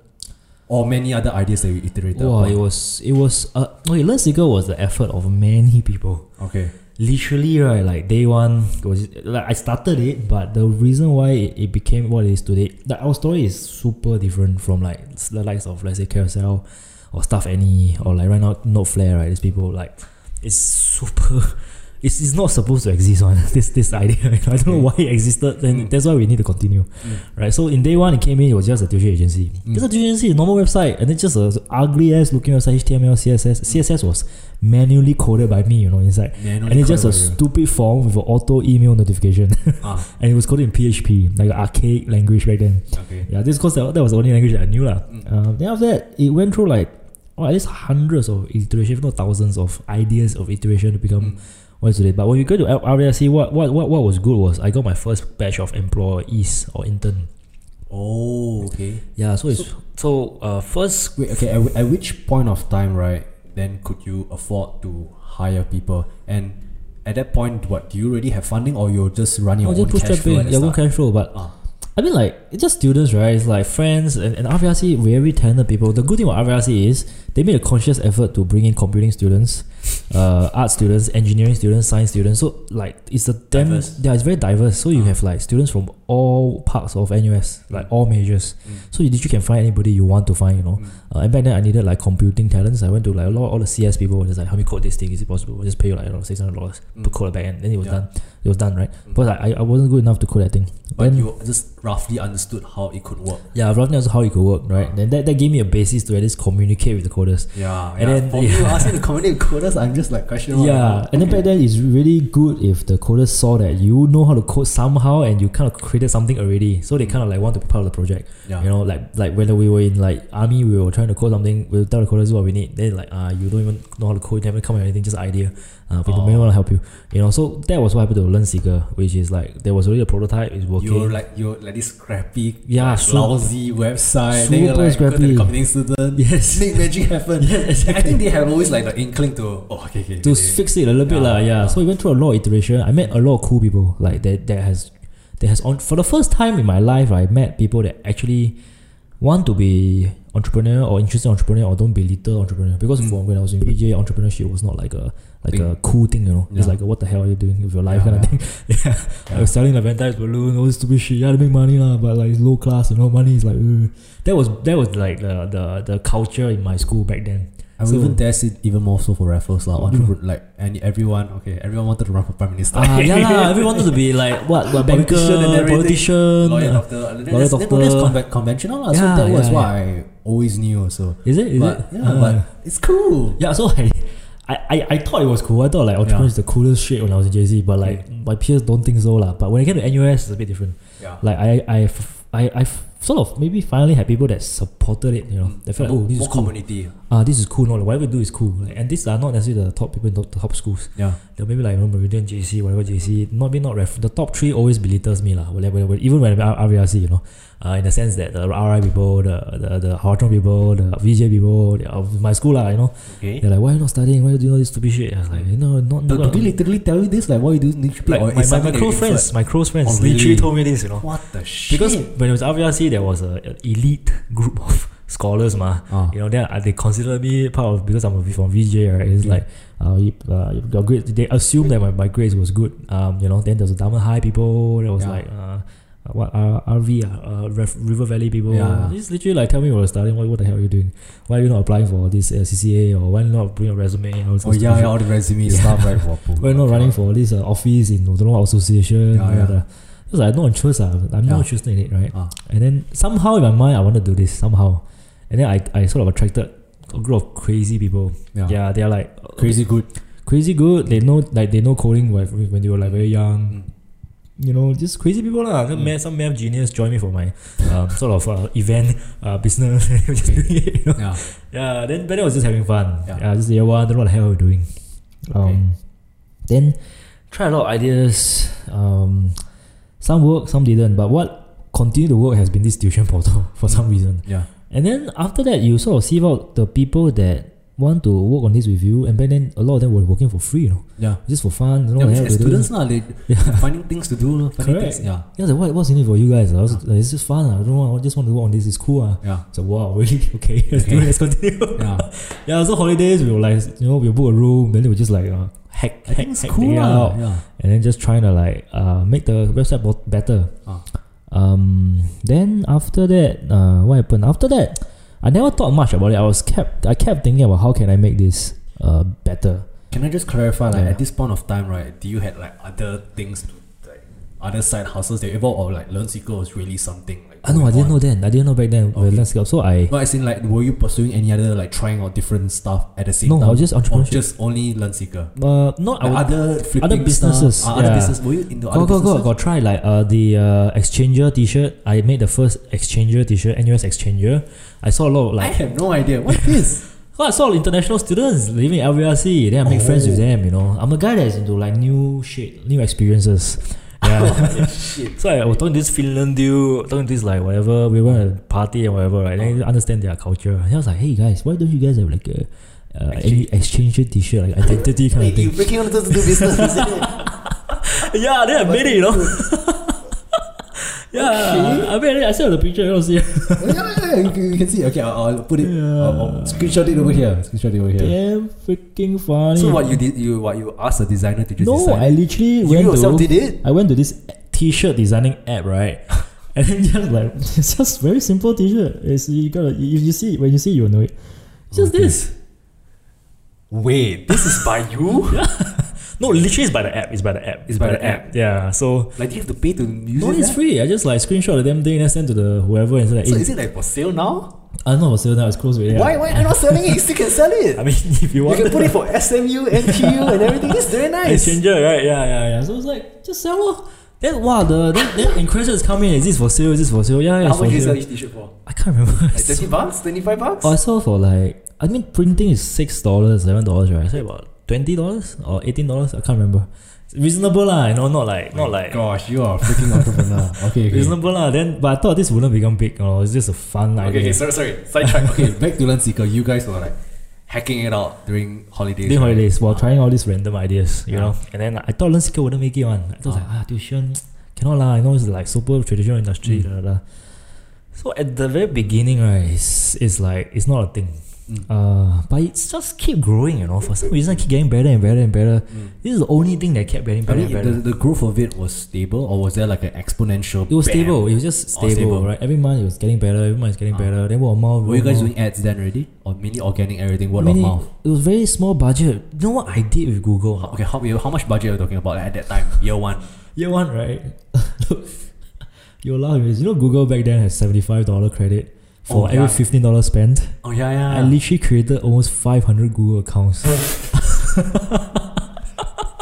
or many other ideas that we iterated?
Wow,
upon?
it was, it was, uh, okay, Learn Seeker was the effort of many people.
okay.
Literally, right, like day one, it was like I started it, but the reason why it, it became what it is today, like our story is super different from like s- the likes of, let's say, Carousel or Stuff Any or like right now, Not Flare, right? These people, like, it's super. It's, it's not supposed to exist one this this idea I don't know why it existed and that's why we need to continue right so in day one it came in it was just a tuition agency just a tuition agency a normal website and it's just a ugly ass looking website HTML CSS CSS was manually coded by me you know inside and it's just a stupid form with an auto email notification
Ah.
and it was coded in PHP like an archaic language back then
okay.
yeah, this course that, that was the only language that I knew lah. Um, then after that, it went through like oh, at least hundreds of iterations, if not thousands of ideas of iteration to become what is today. But when you go to R- RVRC, what, what what what was good was I got my first batch of employees or intern.
Oh, okay.
Yeah, so it's so uh, first
Wait, okay. At, whi- at which point of time, right? Then could you afford to hire people? And at that point, what do you already have funding, or you're just running
no,
your
just
own
push
cash flow? at
trapping,
the
your own
start?
cash flow. But
Ah.
I mean, like it's just students, right? It's like friends and, and RVRC very talented people. The good thing about RVRC is they made a conscious effort to bring in computing students, uh, art students, engineering students, science students. So like it's a damn
Diverse.
yeah, it's very diverse. So
Uh-huh.
you have like students from all parts of NUS, like all majors.
Mm.
So you literally can find anybody you want to find, you know. Uh, and back then I needed like computing talents. I went to like a lot all the CS people were just like, help me code this thing. Is it possible? We'll just pay you like I don't know six hundred dollars to code a backend. Then it was
Mm. Yeah.
done. It was done, right? But like, I I wasn't good enough to code that thing.
But
Then-
you just roughly understood how it could work.
yeah, roughly that's how it could work, right? Then that, that gave me a basis to at least communicate with the coders.
Yeah,
And then-
for me, asking the community coders, I'm just like question mark.
Yeah, and then back then it's really good if the coders saw that you know how to code somehow and you kind of created something already, so they kind of like want to be part of the project.
Yeah.
You know, like like when we were in like army, we were trying to code something. We will tell the coders what we need. They like, ah, you don't even know how to code. You haven't come up with anything, just idea. Uh, people
Oh.
may want to help you. You know, so that was what happened to Learn Seeker, which is like there was already a prototype. It's working.
You're like you're like this crappy,
Yeah,
like,
super-
lousy website. then you're
super
like go to the
scrappy.
computing student.
Yes.
make magic happen.
Yes, exactly.
I think they have always like the inkling to oh okay okay
to
okay.
fix it a little bit
Yeah,
lah. Yeah.
yeah.
So we went through a lot of iteration. I met a lot of cool people like that. That has that has on for the first time in my life. I met people that actually want to be entrepreneur or interested in entrepreneur or don't belittle entrepreneur because
Mm.
for when I was in VJ, entrepreneurship was not like a like a cool thing. You know, it's
Yeah.
like a, what the hell are you doing with your life
Yeah,
kind of thing. yeah. I was selling like Valentine's balloon, all this stupid shit. Yeah, to make money lah, but like it's low class. You know, money is like ugh. that was that was like the the the culture in my school back then.
I would
So- Mm.
even dare say even more so for raffles like entrepreneur, like and everyone okay everyone wanted to run for prime minister.
Ah, yeah lah. Everyone wants to be like what, what banker,
Politician and everything.
politician.
Lawyer
uh,
doctor, that's, that's,
doctor.
that's conven- conventional lah.
Yeah,
so that was
yeah,
what I always knew. So
Is it? Is
but,
it?
yeah,
Ah.
but it's cool.
yeah. So I, I, I, I thought it was cool. I thought like entrepreneur is the coolest shit when I was in JC, but like
Mm.
my peers don't think so lah. But when I get to NUS, it's a bit different.
Yeah.
Like I, I, f- I, I f- sort of maybe finally had people that supported it. You know, they felt like, oh, this
more
is cool.
community.
Ah, this is cool. No, like, whatever we do is cool. Like, and these are not necessarily the top people in the top schools.
Yeah.
They're maybe like you know, Meridian JC, whatever JC. Not maybe not ref. The top three always belittles me lah. Whatever, whatever. Even when I'm at R- RVRC, you know, uh, in the sense that the RI people, the the the Hawthorne people, the VJ people, they, of my school lah, you know,
Okay.
they're like, why you not studying? Why you doing all this stupid shit? I was like, no, not
Do, do
not.
they literally tell you this? Like, what you do need to be?
like
or
my,
it's
my,
something
my
that
close
you
friends, my close friends,
Oh, really?
literally told me this, you know.
influence? What the shit?
Because when it was RVRC, there was a, an elite group of scholars, ma.
Ah.
You know, then uh, they consider me part of because I'm a- from VJ, right? It's like uh, you, uh, your grade, They assumed that my, my grades was good. Um, you know, then there was the Diamond High people. There was
Yeah.
like uh, what uh, RV, uh, uh, Ref, River Valley people.
Yeah.
It's literally like tell me what you're studying. What, what the hell are you doing? Why are you not applying for this uh, CCA or why you not bring your resume? And all this
oh
kind of
yeah,
shit?
yeah, all the resume stuff, right? Wapu.
We're not running for this uh, office in don't know what association.
Yeah,
Yeah,
yeah.
Because I no interest. Uh, I'm
Yeah.
not interested in it, right?
Ah.
And then somehow in my mind, I want to do this somehow. And then I, I sort of attracted a group of crazy people.
Yeah.
Yeah, they're like
crazy good.
uh, crazy good. They know like they know coding when when they were like very
Mm.
young. You know, just crazy people lah. Some math, some math genius join me for my um, sort of uh, event uh, business. Just doing it, you know?
Yeah.
Yeah, then but then I was just having fun.
Yeah.
Yeah, just year one, don't know what the hell we're doing. Um, then try a lot of ideas. Um, some work, some didn't. But what continued to work has been this tuition portal for
Mm.
some reason.
Yeah.
And then after that, you sort of sieve out the people that want to work on this with you, and back then a lot of them were working for free, you know,
Yeah.
just for fun. You know,
Yeah,
what the
because
hell
as
they're doing.
students, lah, they
Yeah.
finding things to do, lah, finding
Correct.
things. Yeah,
Yeah, I was like, what, what's in it for you guys? I was, like, It's just fun. ah. I don't know. I just want to work on this. It's cool. Ah.
yeah,
So wow, really? Okay, let's do it. Let's continue.
yeah.
Yeah, so holidays we were like, you know, we book a room, then they were just like uh, hack,
I
hack,
think it's
hack
cool,
thing
lah.
out,
Yeah,
and then just trying to like uh, make the website bot- better.
Ah.
Um, then after that, uh, what happened? After that, I never thought much about it. I was kept, I kept thinking about how can I make this uh better.
Can I just clarify, like
Yeah.
at this point of time, right? Do you had like other things, to, like other side hustles that evolved, or like learn SQL was really something? Like,
Ah, I know I
going
didn't
on?
know then. I didn't know back then.
Okay.
Okay. Let's go. So I
No, as in like, were you pursuing any other like trying out different stuff at the same
no,
time?
I was just
or
entrepreneurship.
just only learn seeker.
uh, no,
Like,
I was,
other flipping stuff,
businesses,
uh, other
yeah.
business. Were you into
Go
other
go go!
businesses?
Got try like uh the uh exchanger T-shirt. I made the first exchanger T-shirt, NUS exchanger. I saw a lot of
I
like
have no idea what this.
well, I saw international students living in LVRC. Then I make friends with
Oh.
them. You know, I'm a guy that's into like new shit, new experiences.
Oh,
Yeah. so I was talking to this Finland dude, talking to this like whatever. We went to a party and whatever, right?
Oh.
Then you understand their culture. And I was like, hey guys, why don't you guys have like a uh,
Exchange-
exchanger T-shirt, like identity kind of
Wait,
thing?
you breaking out into do business? is it?
Yeah, then I made it, you know. yeah, I made it. I still have the picture. You don't see it.
Oh, yeah, yeah, you, can, you can see. Okay, I'll, I'll put it. I'll, I'll screenshot it over here. Screenshot it over here.
Damn freaking funny.
So what you did? You what you asked a designer to just
No,
design?
I literally
you
went
yourself
to.
did it.
I went to this t-shirt designing app, right? and then just like it's just very simple t-shirt. It's you gotta if you see it, when you see it, you'll know it. It's Just this.
Wait, this is by you.
No, literally, it's by the app. It's by the app.
It's by the app.
Yeah. So.
Like you have to pay to use
No,
it.
it's
right?
free. I just like screenshot the damn thing and send to the whoever and say like,
So
"Hey,
is it like for sale now?
I don't know, so now it's closed with it.
Why why are not selling it? You still can sell it.
I mean, if you
you
want,
can put it for SMU, NTU, and everything. It's very nice.
exchanger, right? Yeah, yeah, yeah. So it's like just sell off. Then wow, the then, then inquiries come in. Is this for sale? Is this for sale? Yeah, yeah.
How
it's
much
for
you sell
sale.
each t-shirt for?
I can't remember.
Like thirty bucks, twenty-five bucks.
Oh, I sold for like I mean printing is six dollars, seven dollars, right? I said about twenty dollars or eighteen dollars. I can't remember. It's reasonable lah, you know, not like not like
Gosh, you are a freaking entrepreneur. Okay, okay.
reasonable lah. Then but I thought this wouldn't become big. You know, it's just a fun
Okay,
idea.
okay, sorry, sorry. Sidetrack. Okay, back to Land Seeker. You guys were like hacking it out during holidays.
During
right?
holidays while trying all these random ideas, you
Yeah.
know. And then I thought Learn Seeker wouldn't make it one. I thought like, ah, tuition, cannot lah. You know, it's like super traditional
Mm.
industry, da, da, da. So at the very beginning, right, it's, it's like, it's not a thing.
Mm.
Uh, but it's just keep growing, you know. For some reason, it keep getting better and better and better.
Mm.
This is the only thing that kept getting
I
better
mean,
and better.
the, the growth of it was stable, or was there like an exponential?
it was
bam?
stable. It was just
Oh,
stable,
stable.
right? Every month it was getting better. Every month it's getting
Ah.
better. Then word of mouth.
Were
word
you
of
guys
mouth.
doing ads then already, or mainly organic everything word
Many-
of mouth?
It was very small budget. You know what I did with Google? huh?
Okay, how, how much budget are you talking about at that time? Year one.
Year one, right? Look, you laugh. You know, Google back then had seventy-five dollar credit for
Oh,
every
yeah.
fifteen dollars spent.
Oh yeah, yeah.
I literally created almost five hundred Google accounts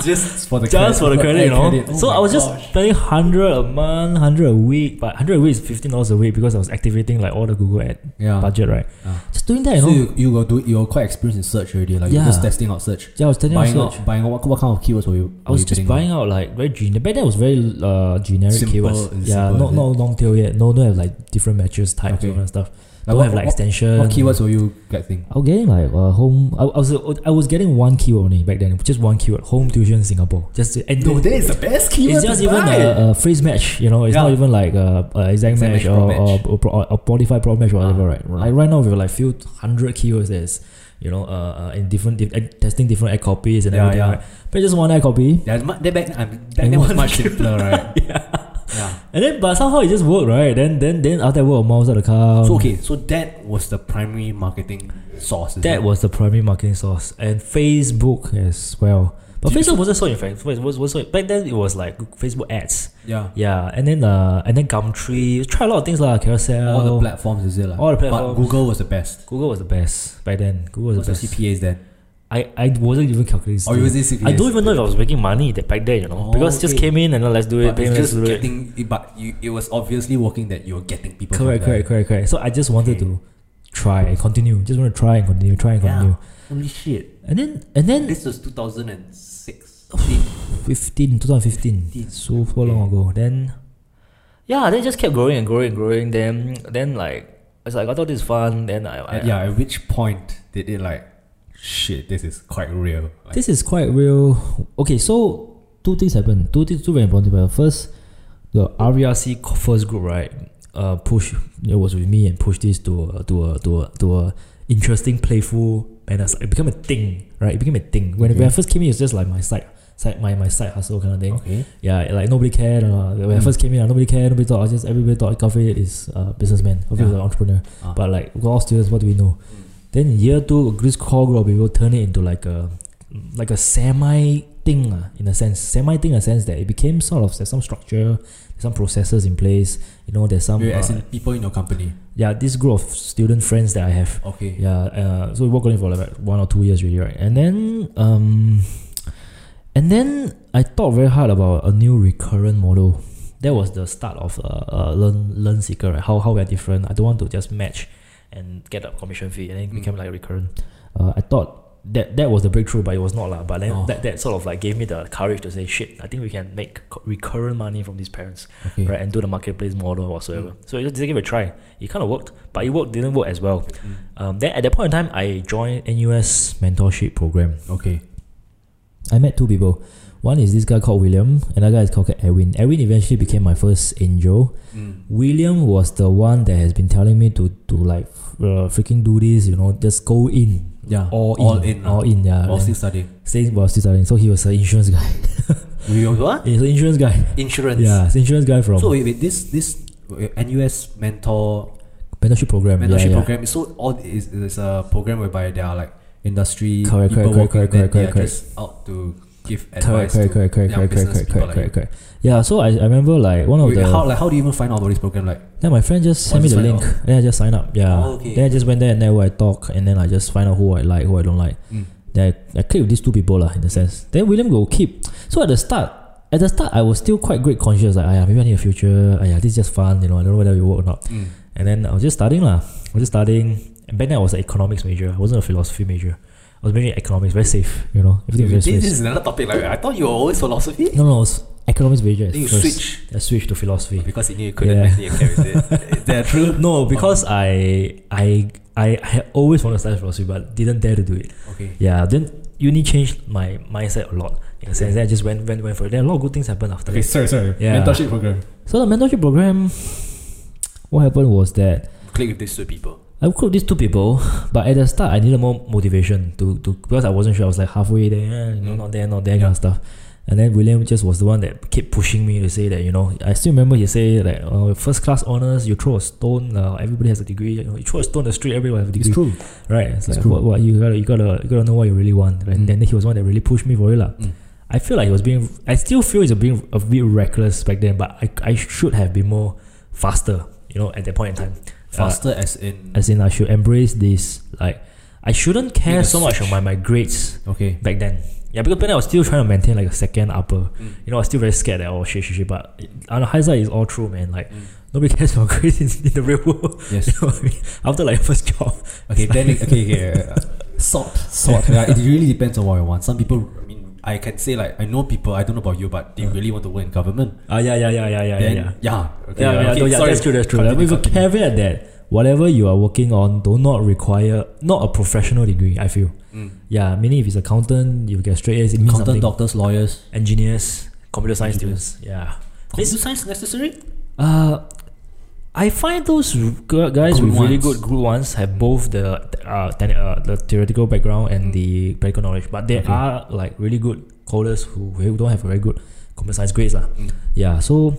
just for the
just for the credit, you know.
credit. Oh
so
my
I was just
gosh.
spending hundred a month, hundred a week, but hundred a week is fifteen dollars a week because I was activating like all the Google ad
yeah.
budget, right?
Ah.
Just doing that, you
So
know.
you you were do you're quite experienced in search already. Like you're
Yeah.
just testing out search,
yeah, I was telling you
buying
search.
out, buying out. What, what kind of keywords were you?
I was just buying out like very generic. Back then, it was very uh, generic
Simple,
keywords.
it's
Yeah,
simple,
not
is it?
not long tail yet. No, don't have like different matches types
Okay.
all that stuff.
Like,
don't
what-
have like
what-
extension.
What keywords were you getting?
I was getting like uh, home. I, I was I was getting one keyword only back then. Just one keyword. Home tuition Singapore. Just to- and
that is the best keyword.
it's just even
uh,
a, a phrase match. You know, it's
Yeah.
not even like a, a exact
Exact
match
match, pro
or, or,
match.
or, pro- or Spotify pro match or whatever.
Ah.
Right. Like right now we have like few hundred keywords that's you know uh, uh in different diff- ad- testing different ad copies and
Yeah,
everything.
yeah.
Right? But just one ad copy.
Yeah, mu- that back, then- um, back
And
then was
one
much simpler, right?
Yeah.
Yeah.
And then but somehow it just worked right. Then then then after that word of mouth out the car.
So okay, so that was the primary marketing source. is
That
it?
was the primary marketing source, and Facebook as well. But
Did-
Facebook wasn't so effective. Was, was, was so, back then it was like Facebook ads.
yeah.
Yeah, and then uh, and then Gumtree. Try a lot of things like Carousel.
All the platforms is it like?
All the
But
platforms.
Google was the best.
Google was the best back then. Google was
What's the
the best.
CPAs then?
I, I wasn't even calculating.
Or was it CPS?
I don't even know if I was making money that back then, you know,
Oh,
because it just
okay.
came in and then let's do it.
But it's
let's
just
do it.
getting, it- but you, it was obviously working that you were getting people. from
Correct,
there.
correct, correct, correct. So I just wanted
Okay.
to try and continue. Just want to try and continue, try and
Yeah.
continue.
Holy shit!
And then and then
This was 2006.
15, 2015.
15,
So for long ago. Then
Yeah, they just kept growing and growing and growing. Then then like it's like I thought this is fun. Then I, I
And yeah, at which point did it like, shit? This is quite real. Like,
this is quite real. Okay, so two things happened. Two things two very important things. First, the RERC co- first group, right? Uh push it was with me and push this to a to a to a to a interesting, playful manner. So It became a thing, right? It became a thing. When, when I
Okay.
first came in, it was just like my side side my, my side hustle kind of thing.
okay.
Yeah, like nobody cared. Uh, when I
Mm.
first came in, uh, nobody cared. Nobody thought. I just everybody thought Kafir is a businessman. Kafir is
Yeah.
an entrepreneur.
Ah. Hmm.
But like we're all students, what do we know? Then year two, this core group we will turn it into like a like a semi thing uh, in a sense. Semi thing in a sense that it became sort of there's some structure, some processes in place. You know, there's some
Wait, as
uh,
in people in your company.
yeah this group of student friends that I have.
Okay.
Yeah, uh, so we worked on it for like one or two years really, right? And then, um, and then I thought very hard about a new recurrent model. That was the start of uh, uh learn learn seeker, right? How how we're different. I don't want to just match and get a commission fee and then it
Mm.
became like recurrent.
Uh, I thought that that was the breakthrough, but it was not lah. But then
Oh.
that, that sort of like gave me the courage to say, shit, I think we can make co- recurrent money from these parents,
Okay.
right? And do the marketplace model or
Mm.
whatsoever. So I just gave it a try. It kind of worked, but it worked didn't work as well.
Mm.
Um, then at that point in time, I joined NUS mentorship program.
Okay.
I met two people. One is this guy called William, another guy is called Edwin. Edwin eventually became my first angel.
Mm.
William was the one that has been telling me to to like uh, freaking do this, you know, just go in,
Yeah.
all in,
All in,
all in, yeah.
While
and
still studying.
staying while still studying. So he was an insurance guy.
We what?
He's an insurance guy.
Insurance.
Yeah, he's an insurance guy from
So wait, wait, this this uh, NUS mentor
mentorship program.
mentorship
Um, yeah, yeah.
program. is So all is is a program whereby there are like industry
Correct,
people
correct,
working
correct,
then
correct,
they are
correct,
just out to give
Correct,
advice
correct, correct,
to
correct,
young
correct, correct,
business
correct,
people
correct,
like
correct, correct. Yeah, so I, I remember like one
you.
of
Wait,
the
how like how do you even find out about this program? Like
then my friend just
Oh,
sent me
just
the
sign
link. Then I just sign up. Yeah.
Oh, okay.
Then I just went there and then where I talk and then I just find out who I like, who I don't like.
Mm.
Then I, I click with these two people lah, in a sense. Then William go keep. So at the start, at the start I was still quite great conscious like, yeah, maybe I need a future. yeah, this is just fun. You know, I don't know whether it will work or not.
mm,
And then I was just studying lah. I was just studying. And back then I was an economics major. I wasn't a philosophy major. I was majoring in economics, very safe. You know, everything
this,
was very
this is
safe.
another topic. Like I thought you were always philosophy.
No, no, I was economics major. At
Then you
first.
switch
I switched to philosophy.
because you knew you couldn't
Yeah.
actually carry it. Is that true?
No, because I I I had always wanted to study philosophy, but didn't dare to do it.
Okay.
Yeah, then uni changed my mindset a lot. In a sense, then I just went went went for it. Then a lot of good things happened after
Okay,
that.
sorry, sorry.
Yeah.
Mentorship program.
So the mentorship program, what happened was that
Click with these two people.
I would group these two people, but at the start I needed more motivation to, to because I wasn't sure. I was like halfway there, you know,
Mm.
not there, not there kind of stuff. And then William just was the one that kept pushing me to say that you know I still remember he said like oh, first class honors you throw a stone uh, everybody has a degree you, know, you throw a stone in the street everybody has a degree
true.
right it's, like
true.
What, what you gotta you gotta you gotta know what you really want right?
Mm.
and then he was one that really pushed me for it lah.
Mm.
I feel like he was being I still feel he's being a bit reckless back then but I, I should have been more faster you know at that point in time
Faster as in
Uh, as in I should embrace this. Like I shouldn't care
Make a
so much
switch.
about my grades
okay.
back then. Yeah, because back then I was still trying to maintain like a second upper.
Mm.
You know, I was still very scared that oh shit shit shit. But on the hindsight, it's all true, man. Like
Mm.
nobody cares about grades in, in the real world. You
Yes.
know what I mean? After like first job,
Okay, then it- okay, okay. yeah, yeah. Sort, sort. yeah, it really depends on what I want. Some people, I mean, I can say like I know people. I don't know about you, but they really want to work in government.
ah yeah yeah yeah yeah yeah
then
yeah.
yeah, okay,
yeah, yeah,
okay,
no, yeah
sorry.
that's true, that's true. Like,
Continue,
with a
continue.
caveat that whatever you are working on do not require not a professional degree. I feel
Mm.
yeah, meaning if it's accountant, you get straight A's. It means
Accountant,
something.
doctors, lawyers.
engineers, computer science
Engineers.
students. Yeah.
Is science necessary?
Uh, I find those gu- guys
Good
with really
ones.
good good ones have both the uh, the, uh, the theoretical background and
Mm.
the practical knowledge, but there
Okay.
are like really good coders who, who don't have very good computer science grades lah.
Mm.
Yeah, so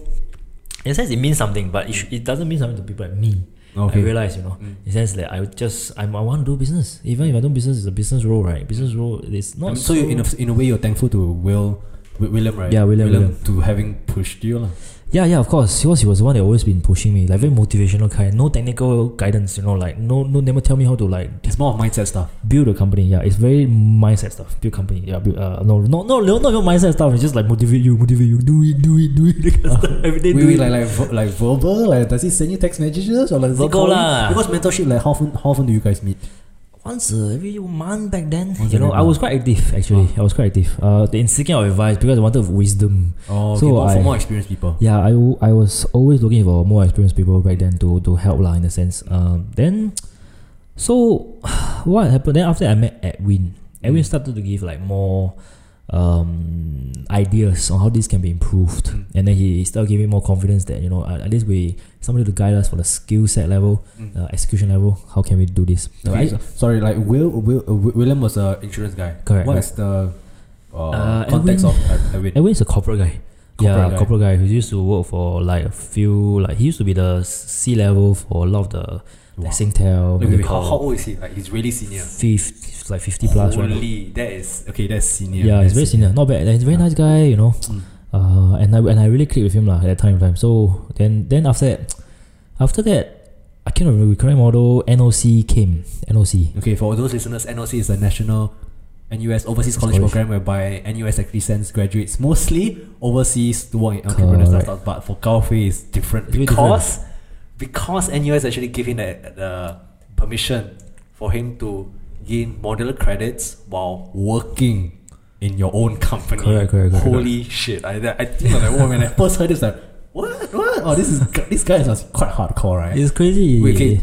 in a sense it means something, but it, sh- it doesn't mean something to people like me. I realize, you know,
Mm.
in a sense that I would just I'm, I want to do business. Even if I do business, it's a business role, right? Business role
I
is
mean, Um,
not
so you, in a in a way, you're thankful to Will, Wi- William, right?
Yeah, William,
to having pushed you, lah.
Yeah, yeah, of course. He was he was the one that always been pushing me, like very motivational kind. No technical guidance, you know, like no no never tell me how to like
It's more of mindset stuff.
build a company. Yeah, it's very mindset stuff. Build company. Yeah, build, uh, no, no, no, no, not your mindset stuff. It's just like motivate you, motivate you. Do it, do it, do it. that kind of stuff. Every day,
Uh-huh. Wait,
do
wait,
it.
like like vo- like verbal? Like does he send you text messages or like
Say go
verbal?
lah.
Because mentorship, like how often how often do you guys meet?
Once uh, every month back then,
Once
you know,
every Uh-huh.
I
I was
was quite active actually. I was quite active. Uh, the- in seeking of advice because I wanted wisdom.
Oh,
So
more- for
I-
more experienced people.
Yeah, I, w- I was always looking for more experienced people back then to, to help lah in a sense. Um, then, so what happened? Then after I met Edwin, Edwin
Mm.
started to give like more um, ideas on how this can be improved,
Mm.
and then he started giving more confidence that you know at, at least we somebody to guide us for the skill set level,
Mm.
uh, execution level. How can we do this?
Okay,
Right?
so- sorry, like Will, Will uh, Wi- William was an insurance guy.
Correct,
What
correct.
is the uh,
Uh,
context of uh, Edwin?
Edwin is a corporate guy. yeah,
Corporate guy.
corporate guy who used to work for like a few like he used to be the C level for a lot of the
Wow.
like Singtel.
Wait, wait, wait,
maybe
how, how old is he? Like he's really senior.
Fifth, like fifty plus, right?
Holy, that is okay. That's senior.
Yeah, he's
That's
very senior. Not bad. and He's a very nice guy, you know.
Mm.
Uh, and I and I really clicked with him lah at that time. Time. So then then after that, after that, I cannot remember. Current model NOC came. NOC.
Okay, for those listeners, NOC is the national NUS overseas college,
College.
program whereby NUS actually sends graduates mostly overseas to work in entrepreneurs and
Correct.
stuff. But for Gaofei, it's different
It's really
because because NUS actually gave him the, the permission for him to gain modular credits while working in your own company.
Correct, correct, correct.
Holy shit! I, I think I'm like, whoa, when I first heard this, like, what, what? Oh, this is this guy is quite hardcore, right?
It's crazy.
Wait, okay.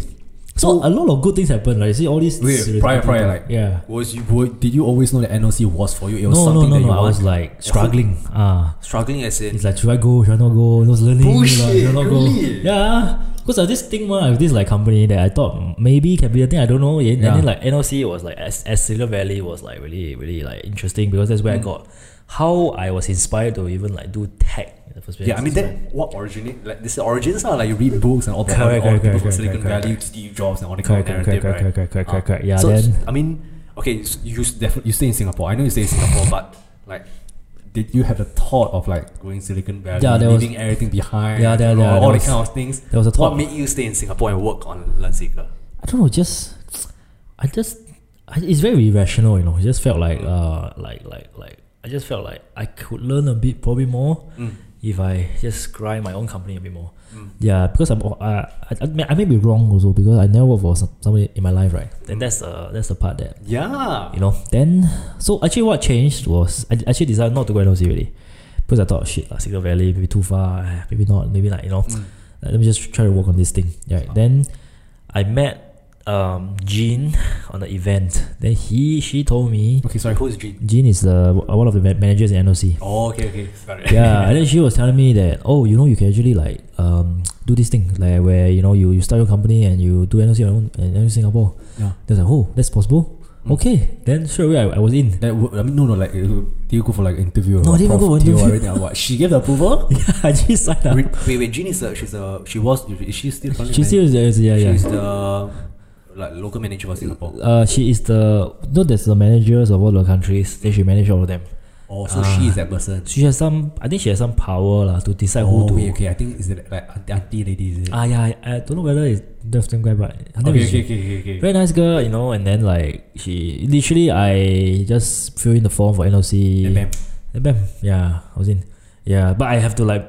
So a lot of good things happen. Like you see all these.
Wait, prior, prior, like,
yeah.
Was you were, did you always know that NOC was for you? It was
no, no,
something
no,
that you
no. I was
wanted.
like struggling. Ah,
struggling as in
it's like should I go? Should I not go? I was learning.
Bullshit,
should I not
really?
go? Yeah, because of this thing, one with this like company that I thought mm, maybe can be a thing. I don't know. And,
Yeah.
and then like NOC was like as, as Silicon Valley was like really really like interesting because that's where
Mm.
I got how I was inspired to even like do tech in the first place.
yeah, I mean that what originate like this is origins are like you read books and all the
Correct,
all the people
correct, correct,
from
correct,
Silicon
correct,
Valley, Steve Jobs, and all the kind
Correct,
of
correct,
narrative, right?
correct, correct,
Ah.
correct, correct, correct. Yeah,
So
then-
I mean, okay, s- you s- defi- you stay in Singapore. I know you stay in Singapore, but like. Did you have the thought of like going Silicon Valley,
Yeah, there was-
leaving everything behind,
Yeah, there-
and all,
there-
all
there
the kind of things?
there was a
What
thought.
made you stay in Singapore and work on Lanseaker?
I don't know. Just I just I, it's very irrational, you know. It just felt like uh like like like I just felt like I could learn a bit probably more.
Mm.
if I just grind my own company a bit more.
Mm.
Yeah, because I'm uh, I, I, may, I may be wrong also because I never worked for some, somebody in my life, right?
Mm.
And that's uh, that's the part that
Yeah,
you know. Then so actually what changed was I actually decided not to go NOC really because I thought shit, like Silicon Valley maybe too far, eh, maybe not, maybe like you know.
Mm.
Like, let me just try to work on this thing. Yeah. Then I met um Jean on the event. Then he she told me
Okay, sorry, who's G?
Jean is the one of the ma- managers in NOC
Oh, okay, okay, sorry.
yeah, and then she was telling me that oh, you know, you can actually like um do this thing like where you know you, you start your company and you do NLC your own and NLC Singapore.
Yeah.
Then I was like, oh, that's possible.
Mm.
Okay, then straight away I, I was in.
That w- I mean, no, no, like, uh, did you go for like interview?
No,
or
I didn't
prof
go for
deal or
interview.
Anything, or what? She gave the approval.
I just signed up.
Re- wait, wait, Jean is a, she's a she was is she still currently
She still is, is- yeah
man-
yeah.
she's the like local manager for Singapore.
uh, she is the no, that's the managers of all the countries. Then she manage all of them.
Oh, so she is that person.
She has some, I think she has some power lah to decide
oh,
who to.
wait, okay, I think is it like auntie, auntie lady? Is it?
Ah yeah, I, I don't know whether it's the same guy, but I think
okay,
it's-
okay, okay, okay, okay.
Very nice girl, you know, and then like she literally I just fill in the form for
And
NOC.
then
And bam, yeah, I was in. Yeah, but I have to like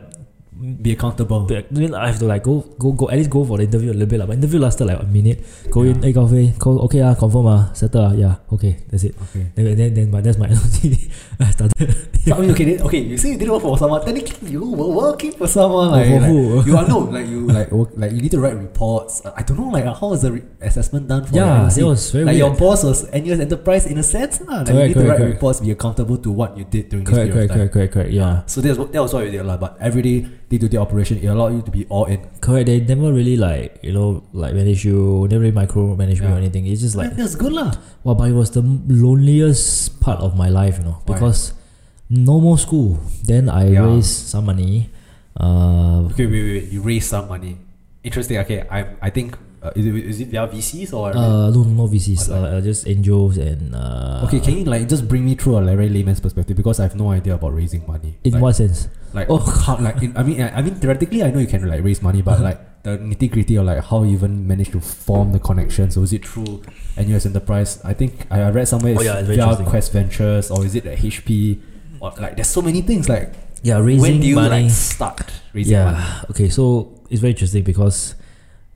be accountable.
be- I have to like go go go at least go for the interview a little bit. Like my interview lasted like a minute. Go in, hey coffee, call okay ah, confirm ah, settle ah, yeah, okay, that's it.
Okay.
Then then, then but that's my NOC. I started
So, I mean, okay, then, okay. You say you didn't work for someone. Technically, you were working for someone. Like,
for
like,
who?
you are no, like you like work, like you need to write reports. Uh, I don't know, like how is the re- assessment done for?
Yeah,
NOC?
it was very
like your
weird.
boss was NUS Enterprise in a sense. lah. like you need
Correct,
to
correct,
write
correct.
reports, be accountable to what you did during
correct,
this period of
correct,
time.
correct, correct, correct, yeah.
So that was, that was what you did lah. But every day they do the operation, it allowed you to be all in.
Correct. They never really like, you know, like manage you, never really micromanage me
Yeah.
or anything. It's just like
Like, that's good lah.
Well, but it was the loneliest part of my life, you know,
Why?
because no more school. Then I
Yeah.
raised some money. Uh,
Okay, wait, wait, wait. You raised some money. Interesting. Okay, I I think uh, is, it, is it their VCs or?
Uh, no, no VCs.
Or like-
Uh, uh, just angels and uh,
okay, can you like just bring me through a like, very layman's perspective because I have no idea about raising money.
in
like,
what sense?
Like
Oh.
oh, how, like in, I mean, I, I mean theoretically, I know you can like raise money, but like the nitty gritty or like how you even manage to form the connection. So is it through NUS Enterprise? I think I, I read somewhere
Oh,
it's,
yeah, it's very
via
interesting.
Quest Ventures or is it like HP? Or like there's so many things. Like
Yeah,
when
raising
do you like
money.
start raising
yeah.
money?
Okay, so it's very interesting because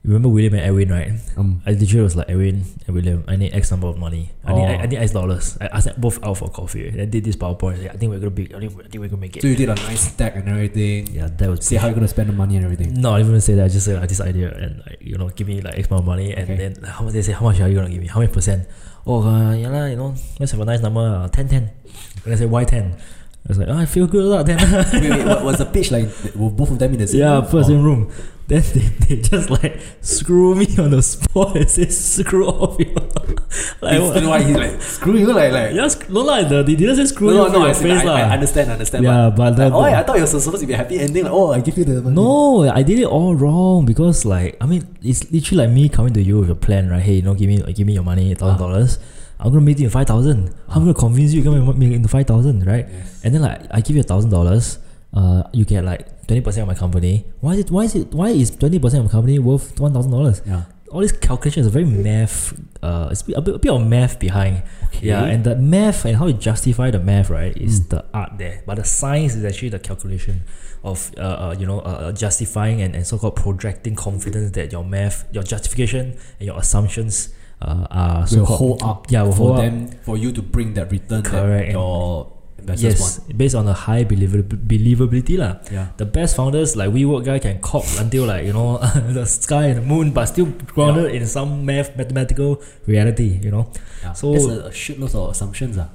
you remember William and Edwin, right?
Um,
I literally was like, Edwin and William, I need X number of money. I need I,
Oh.
I need X dollars. I asked them both out for coffee. And I did this PowerPoint. I think we're gonna be. I think, I think we're gonna make it.
so you did a nice stack and everything.
yeah, that was
Say how you're gonna spend the money and everything.
No, I didn't even say that. I just said like, this idea and like you know, give me like X amount of money, and
Okay.
then how much they say how much are you gonna give me? How many percent? Oh, uh, yeah lah, you know, let's have a nice number, uh, 10, 10. And I said why ten? I was like, oh, I feel good lah, ten.
wait, wait, what was the pitch like? Were both of them in the same?
yeah,
room?
first
Or-
in room. Then they, they just like screw me on the spot and say screw off you. like
He's-
what?
why he's like screw you like like
Yeah, sc- no like the, they didn't say screw you
no no,
off
no
your
I, said,
face
I, I
lah.
understand understand
Yeah, but
but like,
the,
oh I thought it was supposed to be a happy ending like oh I give you the money.
No, I did it all wrong because like I mean it's literally like me coming to you with a plan, right? Hey, you know, give me give me your money, thousand dollars. I'm gonna make it in five thousand. I'm gonna convince you you're gonna make it into five thousand, right? And then like I give you a thousand dollars, uh you get like twenty percent of my company. Why is it why is it why is twenty percent of my company worth one thousand dollars?
yeah
All these calculations are very math uh it's a bit, a bit of math behind.
okay. Mm.
Yeah, and the math and how you justify the math, right, is the art there. But the science is actually the calculation of, uh, uh, you know, uh, uh, justifying and, and so called projecting confidence that your math, your justification, and your assumptions uh, are so
will
called.
hold up
Yeah, will
for
hold up.
them for you to bring that return
Correct,
that
and-
your investors
Yes, based on a high believab- believability. lah.
want yeah
The best founders, like WeWork guy, can cop until, like, you know, the sky and the moon, but still grounded in some math, mathematical reality, you know.
yeah.
So-
there's a, a shitload of assumptions ah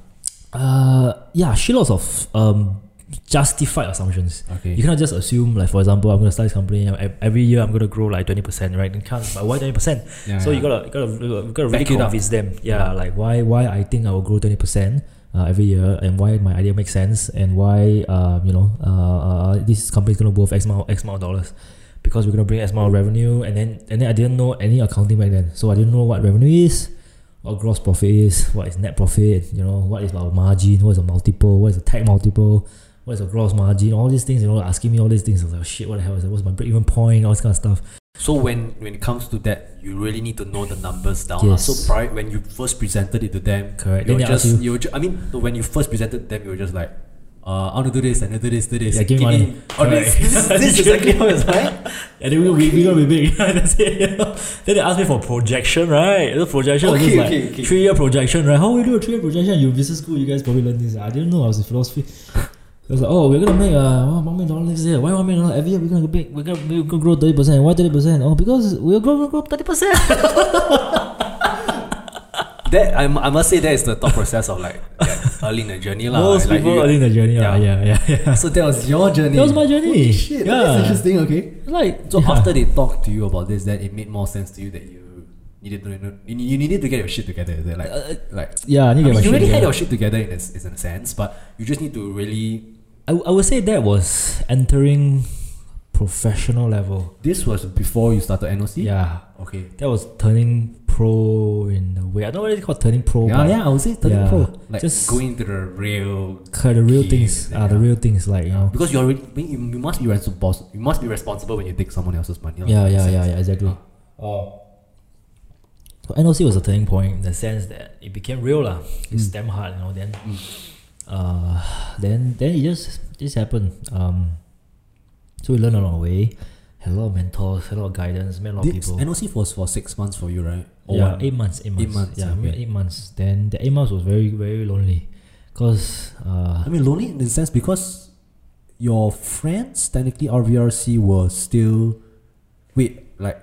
Uh, yeah, she lots of um, justified assumptions.
okay
You cannot just assume, like, for example, I'm going to start this company, and ev- every year I'm going to grow like 20%, right? You can't, but why 20%?
yeah,
so you
yeah.
gotta, you gotta, you gotta really
Back it up.
convince them. Yeah, like why, why I think I will grow 20% uh, every year, and why my idea makes sense, and why, um, you know, uh, uh, this company is going to worth X amount, X amount of dollars. Because we're gonna bring X amount of revenue, and then and then I didn't know any accounting back then, so I didn't know what revenue is, what gross profit is, what is net profit, you know, what is our margin, what is a multiple, what is a tag multiple, what is a gross margin, all these things, you know, asking me all these things. I was like, "Oh, shit, what the hell is that? What's my break even point? All this kind of stuff.
so when when it comes to that you really need to know the numbers down ah.
Yes.
so prior when you first presented it to them
Correct.
you
Then
were
they ask
just
you,
you were ju- I mean no, when you first presented them you were just like uh, I want to do this and do this, do this.
Yeah, give me money.
Oh, this, this, is- this is exactly how it's like.
And then we we, we gonna be big. That's it. then they ask me for projection, right? The projection was just
Okay,
like
okay, okay.
three year projection, right? How we do a three year projection? You business school, you guys probably learn this. I didn't know I was in philosophy. I was like, oh, we're gonna make uh one million dollars next year. Why one million dollars every year? We're gonna make we're gonna, we're gonna grow thirty percent. Why thirty percent? Oh, because we're gonna grow thirty percent.
That I, I must say that is the thought process of like yeah, early in the journey lah.
Most
like,
people
you-
early in the journey, yeah, yeah,
Yeah.
yeah. yeah.
So that was your journey.
That was my journey.
Holy shit,
Yeah.
that is interesting. Okay.
Like
So
yeah.
after they talked to you about this, then it made more sense to you that you needed to know, you, you needed to get your shit together. Is it? Like
Uh,
like
yeah, I need
I mean, you
to get my shit
already had
together.
your shit together in a, s- is in a sense, but you just need to really.
I, I would say that was entering professional level.
This was before you started NOC.
Yeah.
Okay.
That was turning pro in a way. I don't know what it's called turning pro,
Yeah,
Oh, but
yeah, I would say turning
Yeah.
pro. Like
Just-
going to the real
kind of the real
Yeah,
things
yeah.
are the real things, like you know.
because you already I mean, you, you must be responsible. You must be responsible when you take someone else's money. lah,
Yeah,
in a
yeah,
sense.
yeah, yeah, exactly. Oh. So NOC was a turning point in the sense that it became real lah. It's
Mm.
damn hard, you know. Then, uh, then then it just just happened. Um, so we learned along the way, had a lot of mentors, had a lot of guidance, met a lot of
This
people.
NOC was for six months for you, right? Or
yeah,
one-
Oh, eight months, eight months,
months,
yeah,
okay.
eight months. Then the eight months was very very lonely, cause uh,
I mean, lonely in the sense because your friends, technically RVRC, were still. Wait, like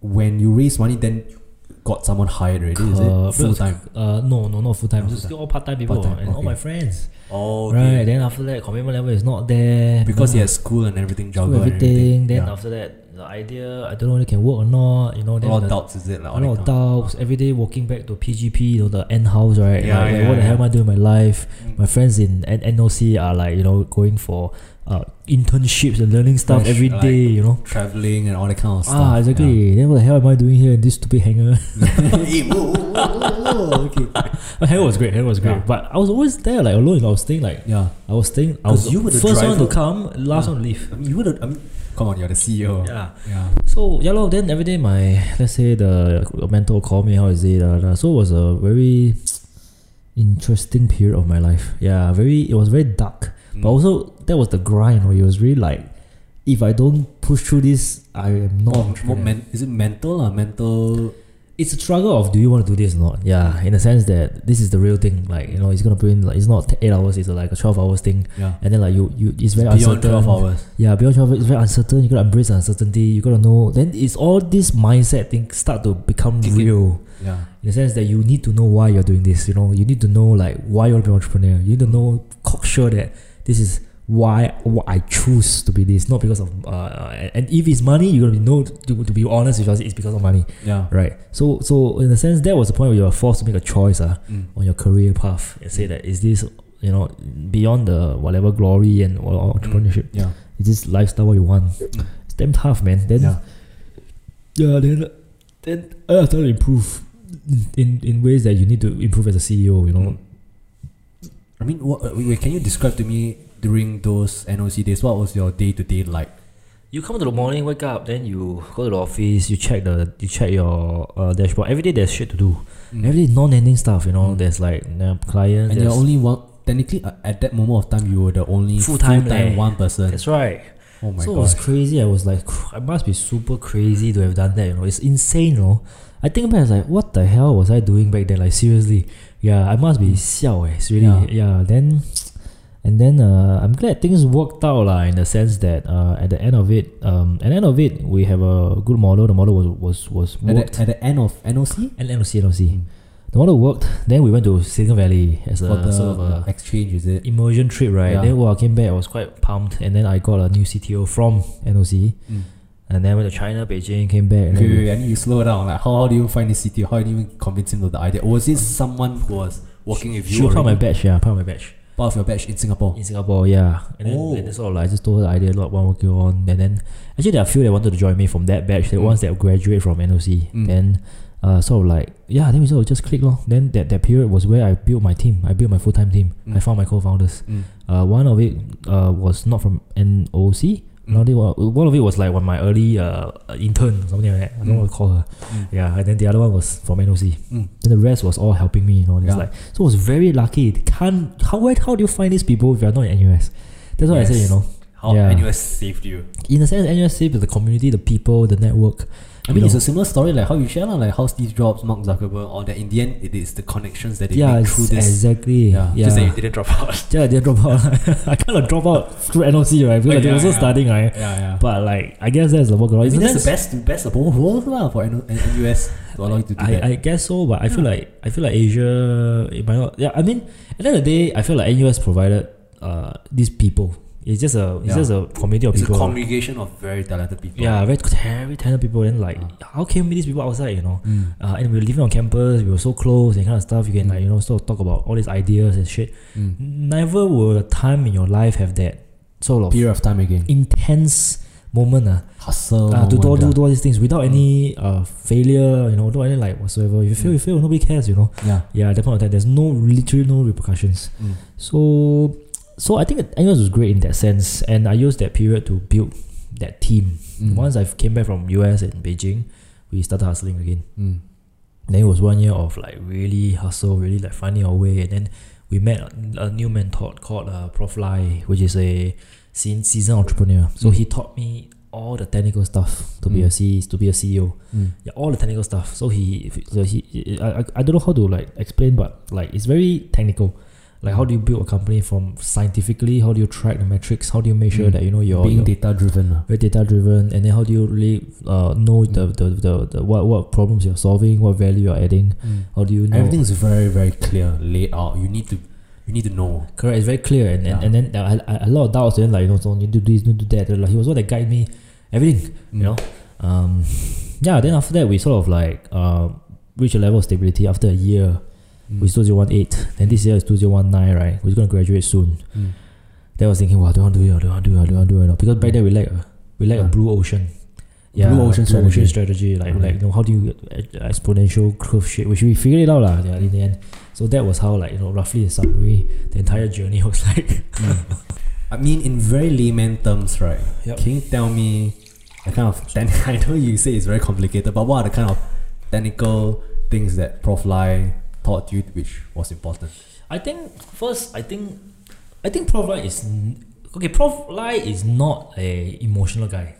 when you raise money, then you got someone hired already, is
Uh,
it? Full time.
Uh, no, no, not full time.
Not
It's
full-time.
still all part time people
Part-time,
and all
okay.
my friends.
Oh,
Right. Then after that, commitment level is not there
Because he
yeah,
has school and everything, juggle and
uh, everything. Then
yeah.
after that, the idea, I don't know whether it can work or not, you know.
A
Then
lot
the,
of doubts, is it? Like,
a lot of
doubts.
doubts, every day walking back to PGP, you know, the end house, right?
Yeah,
like, like,
yeah,
what the hell
yeah.
am I doing in my life?
Mm.
My friends in N- NOC are like, you know, going for uh, internships and learning stuff
Fresh,
every day,
like,
you know.
Traveling and all that kind of stuff.
Ah, exactly. Then what the hell am I doing here in this stupid hangar?
Hey, whoa, whoa, whoa, whoa, okay.
hangar was great, hangar was great.
Yeah.
But I was always there, like alone. I was staying, like,
Yeah.
I was staying, I
'Cause
was
you were the
first one
driver.
to come, last
Yeah.
one to leave.
I mean, you would have, I mean, come on, you're the CEO.
Yeah.
Yeah.
So yeah, lor, then every day my let's say the mentor called me, how is it? da, da, da. So it was a very interesting period of my life. Yeah, very it was very dark.
Mm.
But also that was the grind where it was really like if I don't push through this, I am not
more, more men, is it mental or mental?
it's a struggle of do you want to do this or not? Yeah, in the sense that this is the real thing. Like, you know, it's gonna bring like it's not eight hours, it's like a twelve hours thing.
Yeah.
And then like you you it's very
Beyond
uncertain.
12 hours.
Yeah, beyond travel it's very uncertain. You gotta embrace the uncertainty. You gotta know. Then it's all this mindset thing start to become
Kick in.
real
Yeah.
in the sense that you need to know why you're doing this. You know, you need to know like why you're an entrepreneur. You need to know cocksure that this is why what I choose to be this, not because of. Uh, uh, and if it's money, you're gonna be no to, to be honest with us. It's because of money,
Yeah.
right? So so in the sense that was the point where you were forced to make a choice. Uh,
Mm.
on your career path and say that is this you know beyond the whatever glory and or- or entrepreneurship
Yeah.
is this lifestyle what you want it's damn tough man then
Yeah.
Mm. yeah, then then I have to improve in in ways that you need to improve as a CEO you know
I mean, what, uh, wait, wait, can you describe to me during those NOC days, what was your day to day like?
you come to the morning wake up then you go to the office you check the you check your uh, dashboard every day there's shit to do every day non-ending stuff you know
Mm.
there's like uh, clients
And
Mm. there's-
you're only one, technically, uh, at that moment of time, you were the only
Full-time leh.
one person.
that's right
Oh my
so
god.
it was crazy. I was like, "Cr- I must be super crazy to have done that. You know, it's insane. You know, I think back, I was like, what the hell was I doing back then? Like seriously, yeah, I must be xiao. Eh. It's really
Yeah.
yeah. Then, and then uh, I'm glad things worked out lah. In the sense that uh, at the end of it, um, at the end of it, we have a good model. The model was was was
at,
worked.
the, at the end of NOC?
And NOC, NOC.
Mm.
The model worked. Then we went to Silicon Valley as a
for the
sort of uh, a
exchange, is it?
immersion trip, right?
Yeah.
Then well, I came back, I was quite pumped, and then I got a new CTO from NOC,
Mm.
and then went to China, Beijing, came back. And
Wait, wait,
then
wait, I need you slow down. Like, how, how do you find the CTO? How do you even convince him of the idea? Or was it someone who was working with
Um, she
you?
was part of my
already?
batch, yeah, part of my batch
part of your batch in Singapore.
in Singapore, yeah. And then
Oh.
and that's all. Like, I just told her the idea, lot one working on, and then actually there are a few that wanted to join me from that batch. The
Mm.
ones that graduate from NOC,
Mm.
then. Uh, sort of like yeah, then we sort of just click lor. Then that, that period was where I built my team. I built my full time team.
Mm.
I found my co-founders.
Mm.
Uh, one of it uh, was not from NOC.
Mm.
Another one, one of it was like one of my early uh, intern or something like that. I don't know what to call her.
Mm.
Yeah, and then the other one was from NOC.
Mm.
Then the rest was all helping me. You know, and it's
Yeah.
like so. I was very lucky. It Can't how where- how do you find these people if you're not in NUS? That's what I say.
Yes.
You know,
How
Yeah.
NUS saved you.
in a sense, NUS saved the community, the people, the network.
I mean,
You
it's
know.
a similar story like how you share, lah, like how Steve Jobs, Mark Zuckerberg, all that. In the end, it is the connections that they
yeah,
make
it's
through this.
exactly.
Yeah,
Yeah,
just that you didn't drop out.
Yeah, I didn't drop out. I kind of drop out through NOC, right? Because
Oh,
I
yeah,
was also
yeah.
studying, right?
Yeah, yeah.
But like, I guess that's the workaround.
I mean,
Isn't
that's
that-
the best, best of both worlds, lah, for NU NUS to allow you to do
I,
that.
I guess so, but I feel like I feel like Asia it might not. Yeah, I mean, at the end of the day, I feel like NUS provided uh these people. It's just a it's
Yeah.
just a community of
it's a
people.
congregation of very talented people.
yeah, very very talented people. And like,
Ah.
how came these people outside? You know,
Mm.
uh, and we were living on campus. We were so close and kind of stuff. You can
Mm.
like you know sort of talk about all these ideas and shit.
Mm.
Never will a time in your life have that sort of
mm. Period of time again.
intense moment. Uh,
Hustle.
uh, to do, all-
moment,
do, do all these things without any uh, failure, you know, without any like whatsoever. If you
Mm.
fail, you fail. Nobody cares, you know.
Yeah.
Yeah, at that point of time, there's no literally no repercussions.
Mm.
So, so I think NUS was great in that sense, and I used that period to build that team.
Mm.
Once I came back from US and Beijing, we started hustling again.
Mm.
Then it was one year of like really hustle, really like finding our way, and then we met a- a new mentor called uh, Prof Lai, which is a seasoned seasoned entrepreneur. So
Mm.
he taught me all the technical stuff to be
Mm.
a C, E to be a CEO
Mm.
yeah, all the technical stuff. So he, so he, I, I- I don't know how to like explain, but like it's very technical. Like how do you build a company from scientifically? How do you track the metrics? How do you make sure
Mm.
that you know your
Being
your-
data driven.
very data driven? And then how do you really uh, know the,
Mm.
the, the, the what what problems you're solving, what value you're adding?
Mm.
How do you know?
Everything's very, very clear, laid out. You need to you need to know.
correct. It's very clear, and and,
Yeah.
and then uh, I, I, a lot of doubts. Then like you know, so you do this, you do that. Like he was the one that guided me. everything.
Mm.
You know, um, yeah. Then after that, we sort of like um, reach a level of stability after a year.
Mm.
It's 2018. Then this year is 2019, right? We're gonna graduate soon.
Mm.
Then I was thinking, wow, don't want to do it, I don't want to do it, I don't want to do it. now. Because back then we like a, we like a
Yeah.
blue ocean.
Blue ocean strategy.
strategy, Like,
Mm.
like you know, how do you get uh, exponential curve shape? Which we figured it out lah, yeah, in the end. So that was how, like, you know, roughly a summary, the entire journey was like.
I mean, in very layman terms, right?
Yup.
Can you tell me the kind of? Ten- I know you say it's very complicated, but what are the kind of technical things that Prof Lai taught you, which was important?
I think first, I think
I think Prof Lai is n- okay. Prof Lai is not a emotional guy.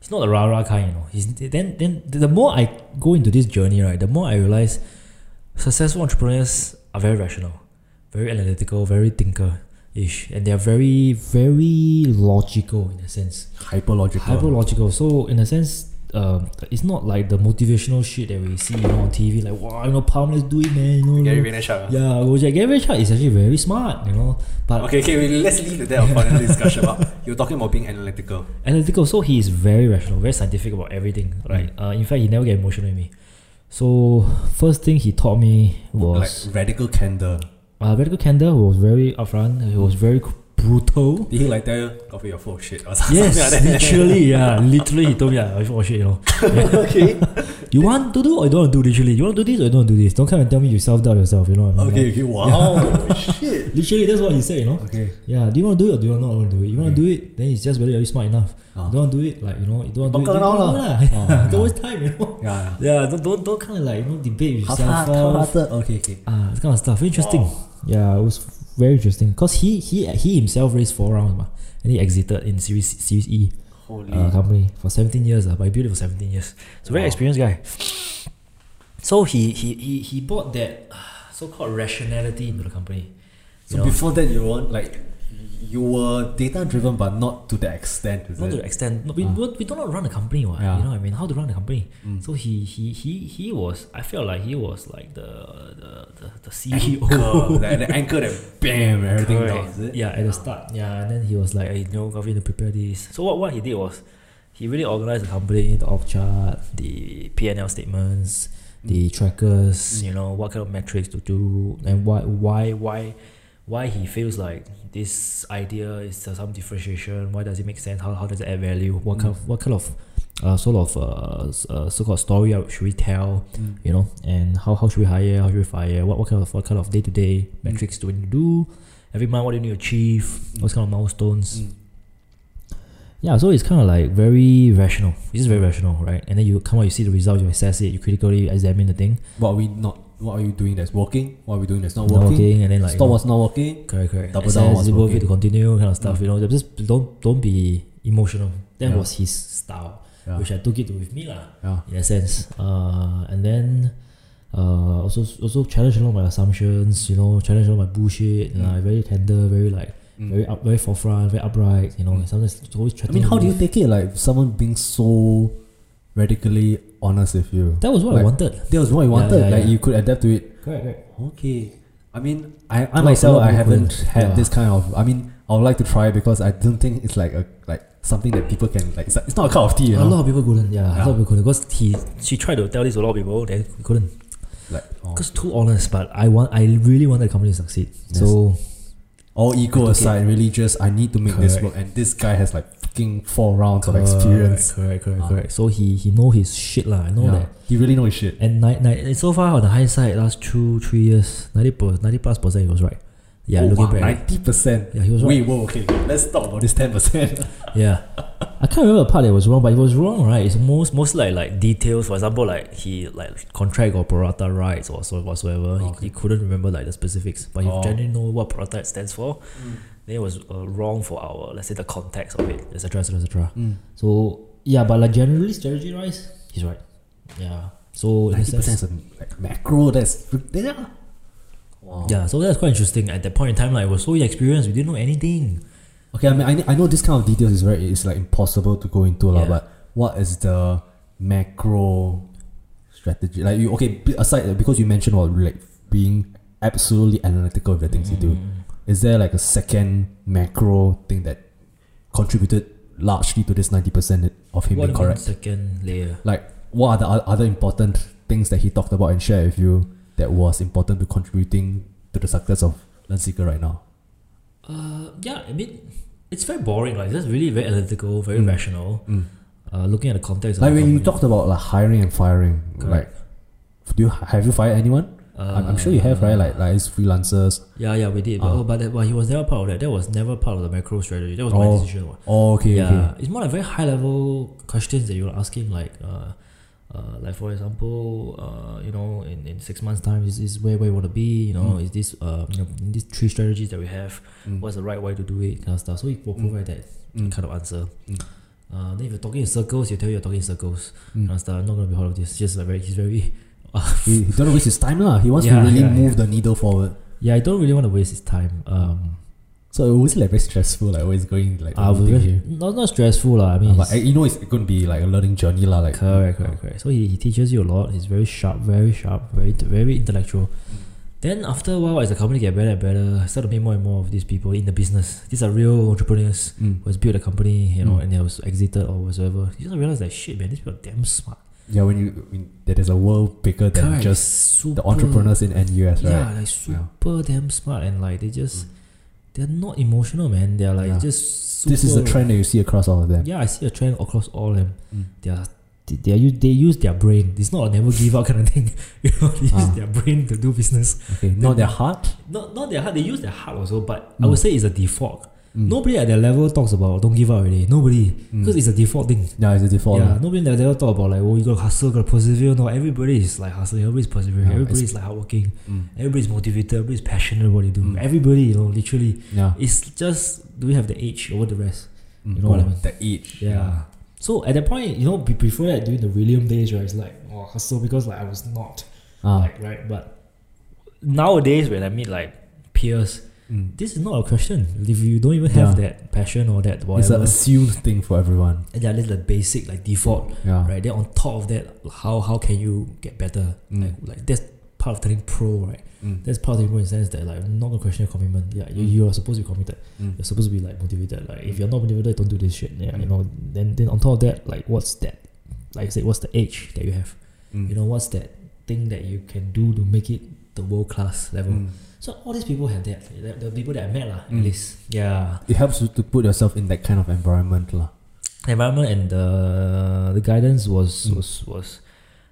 He's not a rah rah kind, you know. He's then then the more I go into this journey, right, the more I realize successful entrepreneurs are very rational, very analytical, very thinker ish, and they are very very logical in a sense.
Hyperlogical.
Hyperlogical. So in a sense, um, it's not like the motivational shit that we see you know, on TV, like wow, you know, palm, let's do it, man. You know,
Gary
you know.
Vaynerchuk.
Yeah, Gojek Gary Vaynerchuk is actually very smart, you know. But
Okay, okay, wait, let's leave that for another discussion. But you're talking about being analytical.
analytical. So he is very rational, very scientific about everything. Right.
Mm.
Uh, in fact, he never get emotional with me. So first thing he taught me was
Like radical candor.
uh, very good candor. He was very upfront. He was very c- brutal.
Did he like tell you, coffee your full of shit or something
Yes,
like that?
literally, yeah, literally. He told me, "I oh, shit, you know." okay. You want to do or you don't want to do? Literally, you want to do this or you don't want to do this. Don't come and tell me you self doubt yourself. You know. What I mean?
Okay, okay, wow. shit.
Like, literally, that's what he said. You know.
Okay.
Yeah. Do you want to do it or do you not want to do it? You want to do it, then it's just whether you're smart enough.
Ah.
You don't want to do it, like you know, you don't want to do
Buckle
it. then
down
don't
lah.
do it
Ah,
lah.
yeah.
Don't waste time. You know.
Yeah.
Yeah, don't don't, don't kind of like you know debate with yourself. off.
Half-hearted. Okay, okay.
Ah, this kind of stuff. Very interesting. Yeah, it was very interesting because he he he himself raised four rounds, ma, and he exited in series series E
Holy.
uh, company for seventeen years. Uh, but he built it for seventeen years. So very
Wow.
experienced guy. So he he he he brought that uh, so called rationality into the company.
so
You know,
before that, you weren't like you were data driven, but not to the extent. Is
not to
it?
the extent no, we,
Ah.
we don't know how to run a company what,
Yeah.
you know what I mean how to run a company
Mm.
so he he he he was I felt like he was like the the the, the E CEO
Anchor, like the anchor that bam everything down. Is it?
Yeah, at the start. Yeah, and then he was like, hey, you know, Gavin, to prepare this. So what, what he did was, he really organized the company, the org chart, the P and L statements, the
Mm.
trackers. You know what kind of metrics to do, and why why why why he feels like this idea is uh, some differentiation. Why does it make sense? How, how does it add value? What
Mm.
kind of what kind of uh, sort of uh, s- uh, so-called story should we tell?
Mm.
you know, and how, how should we hire, how should we fire, what, what kind of what kind of day to day
Mm.
metrics do we need to do, every month what do you need to achieve, what kind of milestones.
Mm.
Yeah, so it's kind of like very rational. It's just very rational, right? And then you come out, you see the results, you assess it, you critically examine the thing,
What are we not? What are you doing that's working? What are we doing that's not
not
working?
working, and then like
Stop
you know,
what's not working.
correct, correct.
double
assess,
down
is
what's
it worth it to
working. Mm.
continue, kind of stuff. You know, just don't don't be emotional. That
Yeah.
was his style,
Yeah.
which I took it with me lah.
Yeah.
in a sense. Uh, and then uh, also also challenge a lot of my assumptions, you know, challenge a lot of my bullshit.
Mm.
Uh, very tender, very like
Mm.
very up, very forefront, very upright. You know,
Mm.
sometimes it's always
I
threatening.
mean, how do you take it? Like someone being so radically honest with you.
That was what I
like-
wanted.
That was what you
Yeah,
wanted.
yeah,
like
yeah.
you could adapt to it.
Correct, correct.
Okay. I mean, I, I
of- a
myself,
lot of
I
people
haven't
couldn't.
had
Yeah.
this kind of. I mean, I would like to try because I don't think it's like a like something that people can like. It's, like, it's not a cup of tea, you
A
know.
lot of people couldn't. Yeah, a
Yeah.
lot of people couldn't because he she tried to tell this to a lot of people, then we couldn't.
Like oh,
Because too honest, but I want I really wanted the company to succeed. So
all ego aside, really just I need to make this work.
Correct.
And this guy has like fucking four rounds of experience.
Correct, correct,
Ah.
correct. uh, So he he know his shit lah. I know
Yeah.
that.
He really knows his shit.
And ni- ni- and so far on the high side, last two, three years, 90, per- 90 plus percent, he was right. Yeah, looking back.
Oh, ninety percent.
Yeah, he was
Wait, whoa, okay. Let's talk about this ten percent.
Yeah. I can't remember the part that was wrong, but it was wrong, right? It's most mostly like, like details. For example, like he like contract or prorata rights or so whatsoever. He-
Okay.
He, couldn't remember like the specifics, but he
Oh. Mm.
generally know what prorata stands for. Then it was uh, wrong for our let's say the context of it, etc., etc., etc.
Mm.
So yeah, but like generally strategy wise, he's right. Yeah. So in a
Ninety
sense-
percent is a, like macro. That's yeah. Wow.
Yeah, so that's quite interesting. At that point in time, like, we were so inexperienced, we didn't know anything.
Okay, I mean, I, kn- I know this kind of details is very it's like impossible to go into lah.
Yeah.
But what is the macro strategy? Like you okay b- aside because you mentioned about like being absolutely analytical of the things you do. Is there like a second macro thing that contributed largely to this ninety percent of him being
What do you mean
correct?
Second layer.
What are the o- other important things that he talked about and shared with you that was important to contributing to the success of Lansica right now?
Uh, yeah, I mean, it's very boring. Like, that's really very analytical, very
Mm.
rational.
Mm.
Uh, looking at the context. of
Like
the
when you
company.
talked about like hiring and firing,
Correct.
like do you have you fired anyone? I'm, I'm sure you have, right? Like like it's freelancers.
yeah, yeah, we did. But,
Ah.
oh, but, that, but he was never part of that. That was never part of the macro strategy. That was my
Oh.
decision. What.
Oh, okay,
yeah,
okay.
it's more like very high level questions that you're asking. Like, uh, uh, like for example, uh, you know, in, in six months' time, is this where, where you want to be? You know,
Mm.
is this uh, you know, in these three strategies that we have?
Mm.
what's the right way to do it kind of stuff. So it will provide that
Mm.
kind of answer.
Mm.
Uh, then if you're talking in circles, you tell you you're talking in circles.
Mm.
Kind of stuff. I'm not gonna be part of this. Just like very, he's very.
He, he don't wanna waste his time lah. He wants
Yeah,
to really
yeah,
move the needle forward.
Yeah, I don't really want to waste his time. Um,
So it was like very stressful, like always going like
I
over
Ah, was
thing
very,
here.
not not stressful lah. I mean,
Uh, but uh,
he's-
you know it's gonna be like a learning journey lah. Like
correct, correct, correct. So he, he teaches you a lot. He's very sharp, very sharp, very very intellectual.
Mm.
Then after a while, as the company get better and better, I start to meet more and more of these people in the business. These are real entrepreneurs.
Mm.
who has built a company, you know,
Mm.
and they was exited or whatever. You just realize that shit, man, these people are damn smart.
Yeah, when you when there is a world bigger than
Correct,
just
super,
the entrepreneurs in NUS, right? Mm.
Yeah, like super damn smart and like they just they're not emotional, man. They're like
Yeah.
just super,
This is the trend that you see across all of them.
Yeah, I see a trend across all of them.
Mm.
They are they, they, are, u- they use their brain. It's not a never give up kind of thing. you know, they use
Ah.
their brain to do business.
Okay, not their heart.
Not not their heart. They use their heart also, but I
Mm.
would say it's a default.
Mm.
Nobody at their level talks about don't give up already. Nobody
Mm.
because it's a default thing.
yeah, it's a default.
Yeah,
lah.
nobody never, never thought about like, oh, you gotta hustle, gotta persevere. No, everybody is like hustling, everybody's persevering,
Yeah,
everybody's
it's-
like hardworking,
Mm.
everybody's motivated, everybody's passionate about what they do.
Mm.
Everybody, you know, literally,
yeah.
it's just do we have the edge over the rest?
Mm.
you know what I
Oh,
mean?
The age.
Yeah. So at that point, you know, be- before that, during the William days, right, it's like, oh, hustle because like I was not,
Ah.
like, right? But nowadays, when I meet like peers,
Mm.
this is not a question. If you don't even have that passion or that
It's an
whatever,
assumed thing for everyone.
and yeah, that's the basic like default
Yeah.
right? Then on top of that, how how can you get better?
Mm.
Like like that's part of turning pro, right?
Mm.
That's part of turning pro in the sense that like I'm not gonna question your commitment. Yeah, you,
Mm.
you are supposed to be committed.
Mm.
You're supposed to be like motivated. Like if you're not motivated, don't do this shit. Yeah, you know. Then then on top of that, like what's that? Like I said, what's the edge that you have?
Mm.
You know, what's that thing that you can do to make it the world class level?
Mm.
So all these people have that. The, the people that I met lah,
Mm.
at least. Yeah.
It helps you to put yourself in that kind of environment lah.
environment and the the guidance was
Mm.
was was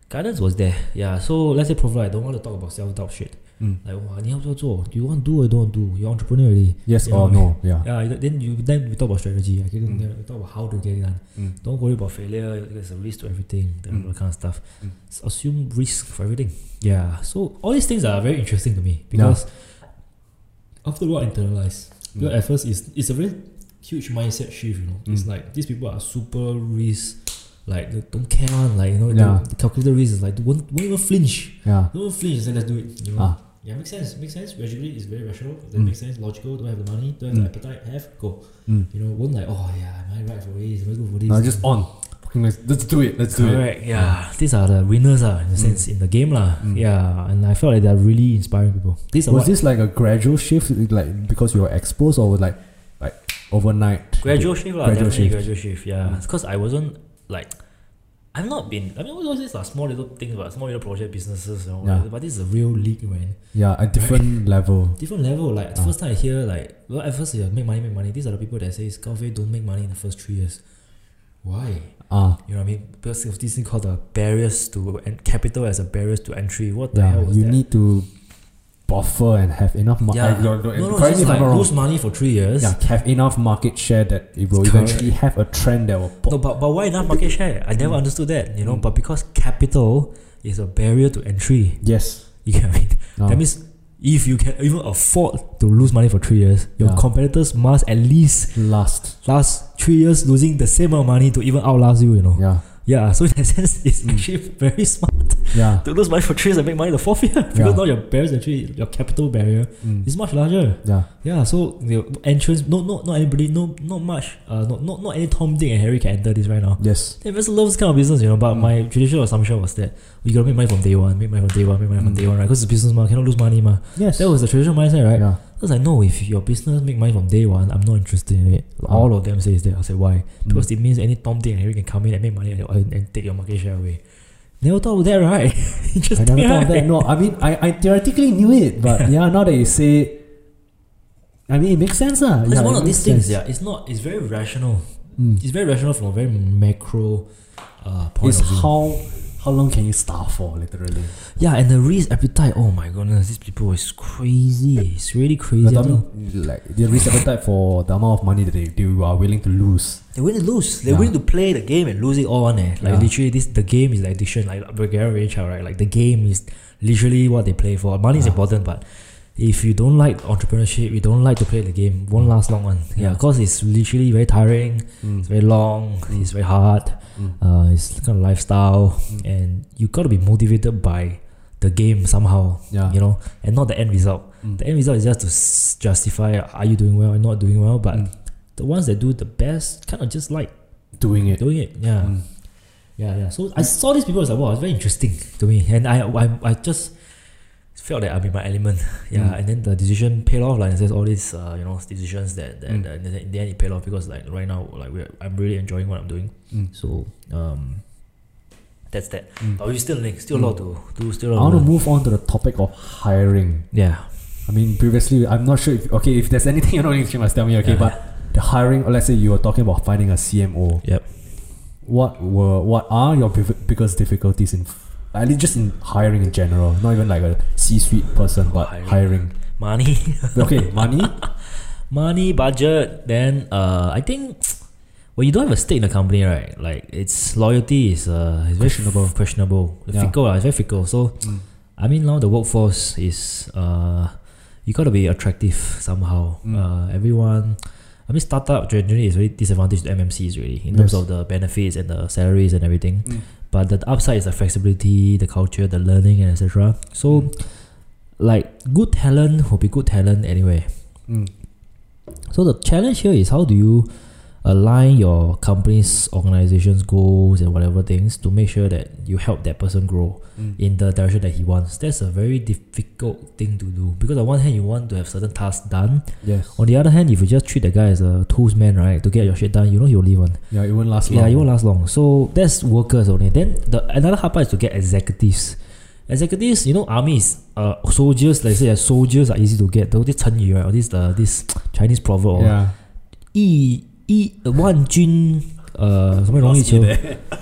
guidance was there. Yeah. So let's say profile. I don't want to talk about self doubt shit.
Mm.
Like, wow, 你要不要做？Do you want to do or don't want to do? You're entrepreneur already.
Yes
Yeah.
or no? Yeah.
Yeah. you- Then you then we talk about strategy. I can
Mm.
we talk about how to get it done.
Mm.
Don't worry about failure. There's a risk to everything. That
Mm.
kind of stuff.
Mm.
S- Assume risk for everything. Yeah. So all these things are very interesting to me
Yeah.
because after what internalize.
Mm.
Because at first, it's, it's a very huge mindset shift, you know. It's
Mm.
like these people are super risk, like they don't care one, like you know,
Yeah.
the, the calculated risk is like they won't, won't even flinch.
Yeah.
Don't even flinch, then let's do it. You know?
Ah.
Yeah, makes sense. Makes sense. Logically, it's very rational. That
Mm.
makes sense. Logical. Don't have the money. Don't
Mm.
have the appetite. Have go.
Mm.
You know, won't like oh yeah, am I right for this? Am I good for this?
No, just on. Fucking let's, let's do it. Let's do it.
Correct. Yeah, these are the winners, uh, in a sense, in the game, lah.
Mm.
Yeah, and I felt like they're really inspiring people. These are
was
what
this like a gradual shift, like because you were exposed, or was like like overnight?
Gradual shift, lah.
Gradual
Definitely
shift.
gradual shift. Yeah,
Mm.
because I wasn't like I've not been. I mean, all these are small little things, but small little project businesses. You know,
Yeah.
But this is a real league, man.
Yeah, a different level.
Different level. Like the
Ah.
first time I hear like, well, at first you make money, make money. These are the people that say Scalfay don't make money in the first three years. Why?
Ah,
You know what I mean? Because of this thing called the barriers to and capital as a barriers to entry. What the
yeah.
hell was
You
that?
need to buffer and have enough. Mar-
yeah.
I don't know,
no, no,
correct
it's
me
just
if
like
I'm wrong.
lose money for three years.
Yeah, have enough market share that it will
Correct.
eventually have a trend that will pop.
No, but, but why enough market share? I never understood that, you know.
Mm.
But because capital is a barrier to entry,
Yes.
you get what I mean?
No.
That means if you can even afford to lose money for three years, your
Yeah.
competitors must at least
last.
last three years losing the same amount of money to even outlast you, you know. Yeah,
Yeah.
so in that sense, it's
Mm.
actually very smart
Yeah.
to lose money for three years and make money the fourth year because
Yeah.
now your barriers actually, your capital barrier
Mm.
is much larger.
Yeah.
Yeah, so the entrance, no, no, not anybody, no, not much, uh, no, not, not any Tom, Dick, and Harry can enter this right now.
Yes.
The investor loves this kind of business, you know.
Mm.
But my traditional assumption was that we
Mm.
gotta make money from day one, make money from day one, make money from day one, right? Because it's business, man, cannot lose money, man.
Yes.
That was the traditional mindset, right?
Yeah.
I was like, no, if your business make money from day one, I'm not interested in it.
Mm.
All of them says that. I said, why? Because it means any Tom, Dick, and Harry can come in and make money and, and, and take your market share away. Never thought of that, right?
I
Interesting,
never thought of
right?
that. No, I mean, I, I theoretically knew it, but yeah, now that you say it, I mean, it makes sense. lah.
It's
Yeah,
one
it
of these
makes
things.
sense.
Yeah, it's not. It's very rational.
Mm.
It's very rational from a very macro uh, point
It's
of view.
how, how long can you starve for, literally?
yeah, and the risk appetite. Oh my goodness, these people is crazy. It's really crazy.
But
I
I
don't know.
mean, like, the risk appetite for the amount of money that they, they are willing to lose.
They're willing to lose. They're willing to play the game and lose it all. On Like
Yeah.
literally, this the game is like addiction. Like Bulgarian Rage, right? Like the game is literally what they play for. Money is important, but if you don't like entrepreneurship, you don't like to play the game, won't last long one. Yeah, because it's literally very tiring.
Hmm.
It's very long. It's very hard.
Mm.
Uh, it's kind of lifestyle, and you got to be motivated by the game somehow.
Yeah.
you know, and not the end result.
Mm.
The end result is just to s- justify are you doing well or not doing well. But
Mm.
the ones that do the best kind of just like
Doing it.
doing it. Yeah,
Mm.
yeah, yeah. So I saw these people. I was like, wow, it's very interesting to me, and I, I, I just felt that I'm in my element. Yeah,
Mm.
and then the decision paid off. Like there's all these, uh, you know, decisions that that,
Mm.
that- that in the end it paid off because like right now, like we're, I'm really enjoying what I'm doing.
Mm.
So um, that's that.
Mm.
But we still link, still a lot to do, still a
I
lot.
want
to
to
learn.
move on to the topic of hiring.
Yeah,
I mean, previously, I'm not sure if, okay, if there's anything you know, you must tell me, okay,
Yeah.
but the hiring, or let's say you were talking about finding a CMO.
Yep.
What were, what are your bif- biggest difficulties in, at least just in hiring in general, not even like a C-suite person, but
Hiring.
hiring.
money,
Okay, money?
money, budget. Then uh, I think. Well, you don't have a stake in the company, right? Like its loyalty is uh, it's very questionable. Questionable,
Yeah.
fickle. ah, It's very fickle. So,
Mm.
I mean, now the workforce is uh, you gotta be attractive somehow.
Mm.
Uh, everyone, I mean, startup generally is very disadvantaged to MMCs really in terms
Yes.
of the benefits and the salaries and everything.
Mm.
But the upside is the flexibility, the culture, the learning, and etc. So, like good talent will be good talent anyway.
Mm.
So the challenge here is how do you align your company's organization's goals and whatever things to make sure that you help that person grow
Mm.
in the direction that he wants. That's a very difficult thing to do because on one hand you want to have certain tasks done.
Yes.
On the other hand, if you just treat the guy as a tools man, right, to get your shit done, you know he'll leave one.
Yeah, it won't last long.
Yeah, it won't last long. So that's workers only. Then the another hard part is to get executives. Executives, you know, armies, uh, soldiers. Like I say, soldiers are easy to get. Though this 成语 right, or this uh, this Chinese proverb or E,
Yeah.
一-一-万军- uh, 呃，什么容易求。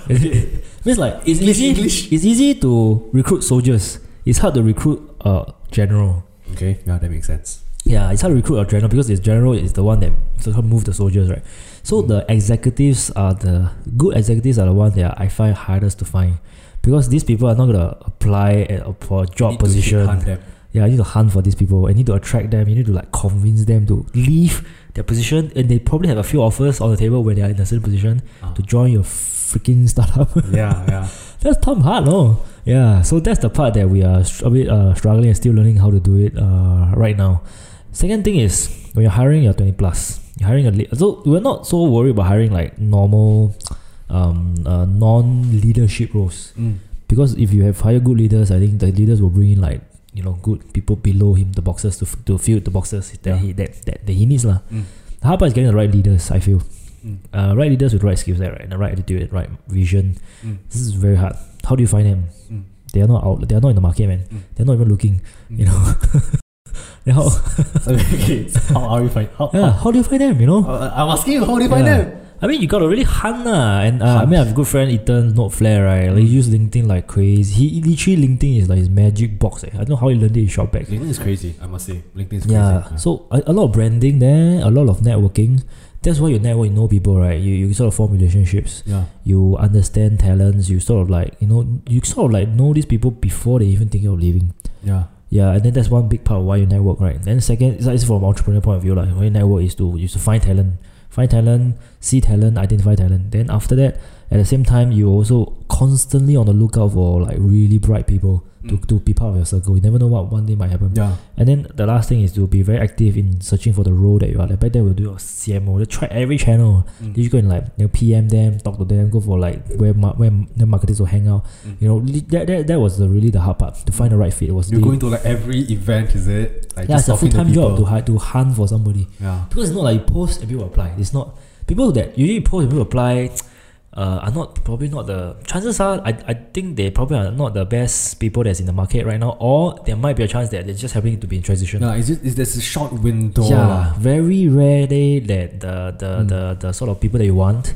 Means like it's
English,
easy.
English.
It's easy to recruit soldiers. It's hard to recruit uh general.
Okay, yeah, that makes sense.
Yeah, it's hard to recruit a general because this general is the one that sort of move the soldiers, right? So
Mm.
the executives are the good executives are the ones that I find hardest to find because these people are not gonna apply at, for a job
Need to
position.
hunt them.
Yeah, I need to hunt for these people. I need to attract them. You need to like convince them to leave their position, and they probably have a few offers on the table when they are in a certain position
Ah.
to join your freaking startup.
Yeah, yeah.
that's Tom Hart, no? Yeah, so that's the part that we are str- a bit uh, struggling and still learning how to do it uh, right now. Second thing is when you're hiring, you're 20 plus. You're hiring a lead. So we're not so worried about hiring like normal, um, uh, non leadership roles
Mm.
because if you have hire good leaders, I think the leaders will bring in like you know good people below him, the boxers to, f- to fill the boxes that
Yeah.
he that, that, that he needs lah.
Mm.
The hard part is getting the right leaders. I feel
Mm.
uh, right leaders with right skills, set, right, and the right attitude, and right vision.
Mm.
This is very hard. How do you find them?
Mm.
They are not out. They are not in the market, man.
Mm.
They're not even looking.
Mm.
You know. Then how,
okay, so how are we fine? How,
yeah, how do you find them? You know.
Uh, I'm asking you, how do you find
Yeah.
them?
I mean, you gotta really hunt lah. And uh, I mean, I have a good friend Ethan Not Flair, right? Like, he use LinkedIn like crazy. He he literally LinkedIn is like his magic box. Eh. I don't know how he learned it in Shopback.
LinkedIn is crazy, I must say. LinkedIn is crazy.
Yeah. So a, a lot of branding there, a lot of networking. That's why you network, you know people, right? You you sort of form relationships.
yeah.
You understand talents. You sort of like you know you sort of like know these people before they even think of leaving.
Yeah.
Yeah, and then that's one big part of why you network, right? Then second, it's like it's from entrepreneur point of view, like when you network is to is to find talent, find talent, see talent, identify talent. Then after that, at the same time, you also constantly on the lookout for like really bright people to, to be part of your circle. You never know what one day might happen.
Mm. Yeah.
And then the last thing is to be very active in searching for the role that you are. Like back then we'll do a CMO. They try every channel. They just go and like you know, PM them, talk to them, go for like where ma- where the marketers will hang out. You know li- that, that that was the, really the hard part to find the right fit. Was
You're
the-
going to like every event, is it? Like
yeah, it's a
talking
full
to
time job to
people.
hunt to hunt for somebody
Yeah.
because it's not like you post and people apply. It's not people that usually post and people apply. Uh, are not probably not the chances are I, I think they probably are not the best people that's in the market right now or there might be a chance that they just happening to be in transition
No, it's just it's, there's a short window.
yeah,
lah.
very rarely that the the,
Hmm.
the the sort of people that you want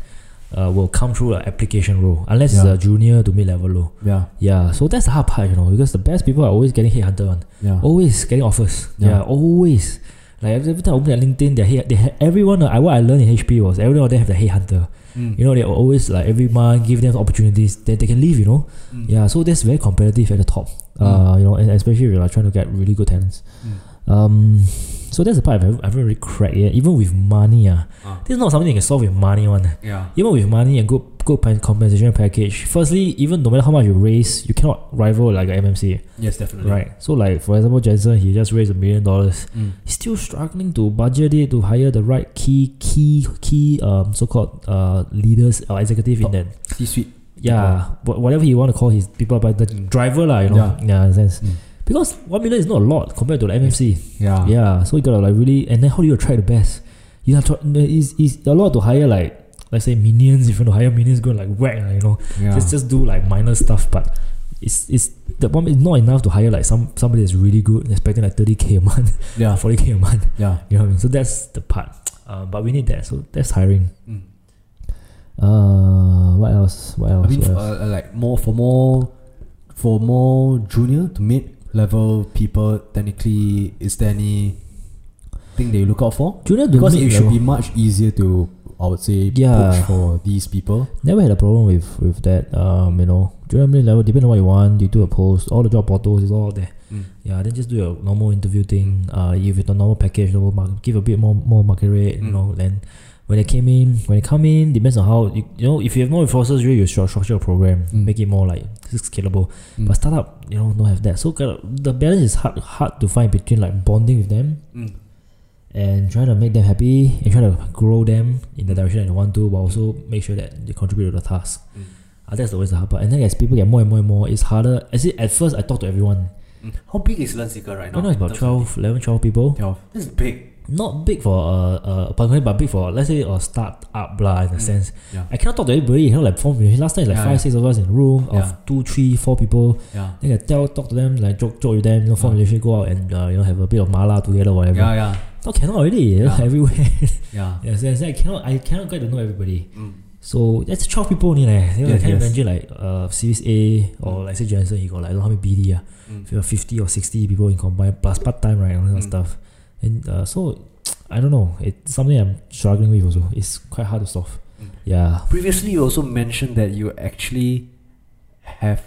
uh, will come through an application role unless
Yeah.
it's a junior to mid level role.
Yeah.
Yeah, so that's the hard part, you know, because the best people are always getting headhunted on,
Yeah.
always getting offers. Yeah,
Yeah.
always. Like every time I open their LinkedIn, they head, they ha- everyone. uh, I what I learned in HP was everyone they have the headhunter.
Mm.
You know, they will always like every month give them opportunities that they can leave. You know,
Mm.
yeah. So that's very competitive at the top. Uh, you know, and especially if you're like, trying to get really good talents.
Mm.
Um, so that's the part I haven't, I haven't really cracked yet. Even with money, ah,
Ah.
this is not something you can solve with money one.
Yeah.
Even with money and good good pen- compensation package. Firstly, even no matter how much you raise, you cannot rival like a MMC,
Yes, definitely.
right? So like for example, Jensen, he just raised a million dollars.
Mm.
He's still struggling to budget it to hire the right key key key um so called uh leaders or executive
Top
in that
C-suite.
yeah, wha- whatever you want to call his people, but the driver lah, you know, Mm. yeah, in a sense.
Mm.
Because one million is not a lot compared to the MMC.
Yeah.
Yeah, so you gotta like really, and then how do you attract the best? You have to, it's, it's a lot to hire like, let's say minions. If you want to hire minions, go and like whack, lah, you know,
Yeah.
just just do like minor stuff. But it's it's the problem is not enough to hire like some somebody that's really good, expecting like thirty k a month,
yeah.
forty k a month.
Yeah.
You know what I mean? So that's the part. Uh, but we need that. So that's hiring.
Mm.
Uh, what else? What else?
I mean,
what
for,
else?
uh, like more for more for more junior to mid level people. Technically, is there any thing they look out for?
Junior to
Because
mid
it should
level.
be much easier to, I would say,
Yeah.
push for these people.
Never had a problem with with that. Um, you know, junior mid level, depending on what you want, you do a post. All the job portals is all there.
Mm.
Yeah, then just do your normal interview thing. Uh, if it's a normal package, normal market, give a bit more more market rate. You
Mm.
know, then when they came in, when they come in, depends on how you, you know. If you have no resources, really you stru- structure a program,
Mm.
make it more like scalable.
Mm.
But startup, you know, don't have that. So kind of, the balance is hard hard to find between like bonding with them
Mm.
and try to make them happy and try to grow them in the direction that you want to, but also make sure that they contribute to the task.
Mm.
Uh, that's always the hard part. And then as people get more and more and more, it's harder. I see, at first I talked to everyone.
How big is Lansica right
I don't know, it's about 12, 11, 12 people.
Twelve. This is big.
Not big for uh, uh, company, but big for let's say a start up blah in a sense.
Mm. Yeah.
I cannot talk to everybody. You know, like form. Last time it's like
Yeah,
five,
yeah.
six of us in a room of
Yeah.
two, three, four people.
Yeah.
Then I tell, talk to them, like joke, joke with them. You know, form
Yeah.
relationship, go out and uh, you know have a bit of mala together, whatever.
Yeah. Yeah.
No, cannot already. You know,
Yeah.
everywhere.
Yeah.
Yeah, so it's like I cannot I cannot get to know everybody.
Mm.
So that's twelve people only leh. You
Yes,
know, I
Mm.
can
yes.
imagine like uh series A or like say Johnson he got like I don't know how many BD ah.
Mm.
If you have fifty or sixty people in combined plus part time right all that
Mm.
stuff. And uh, so I don't know. It's something I'm struggling with also. It's quite hard to solve.
Mm.
Yeah.
Previously, you also mentioned that you actually have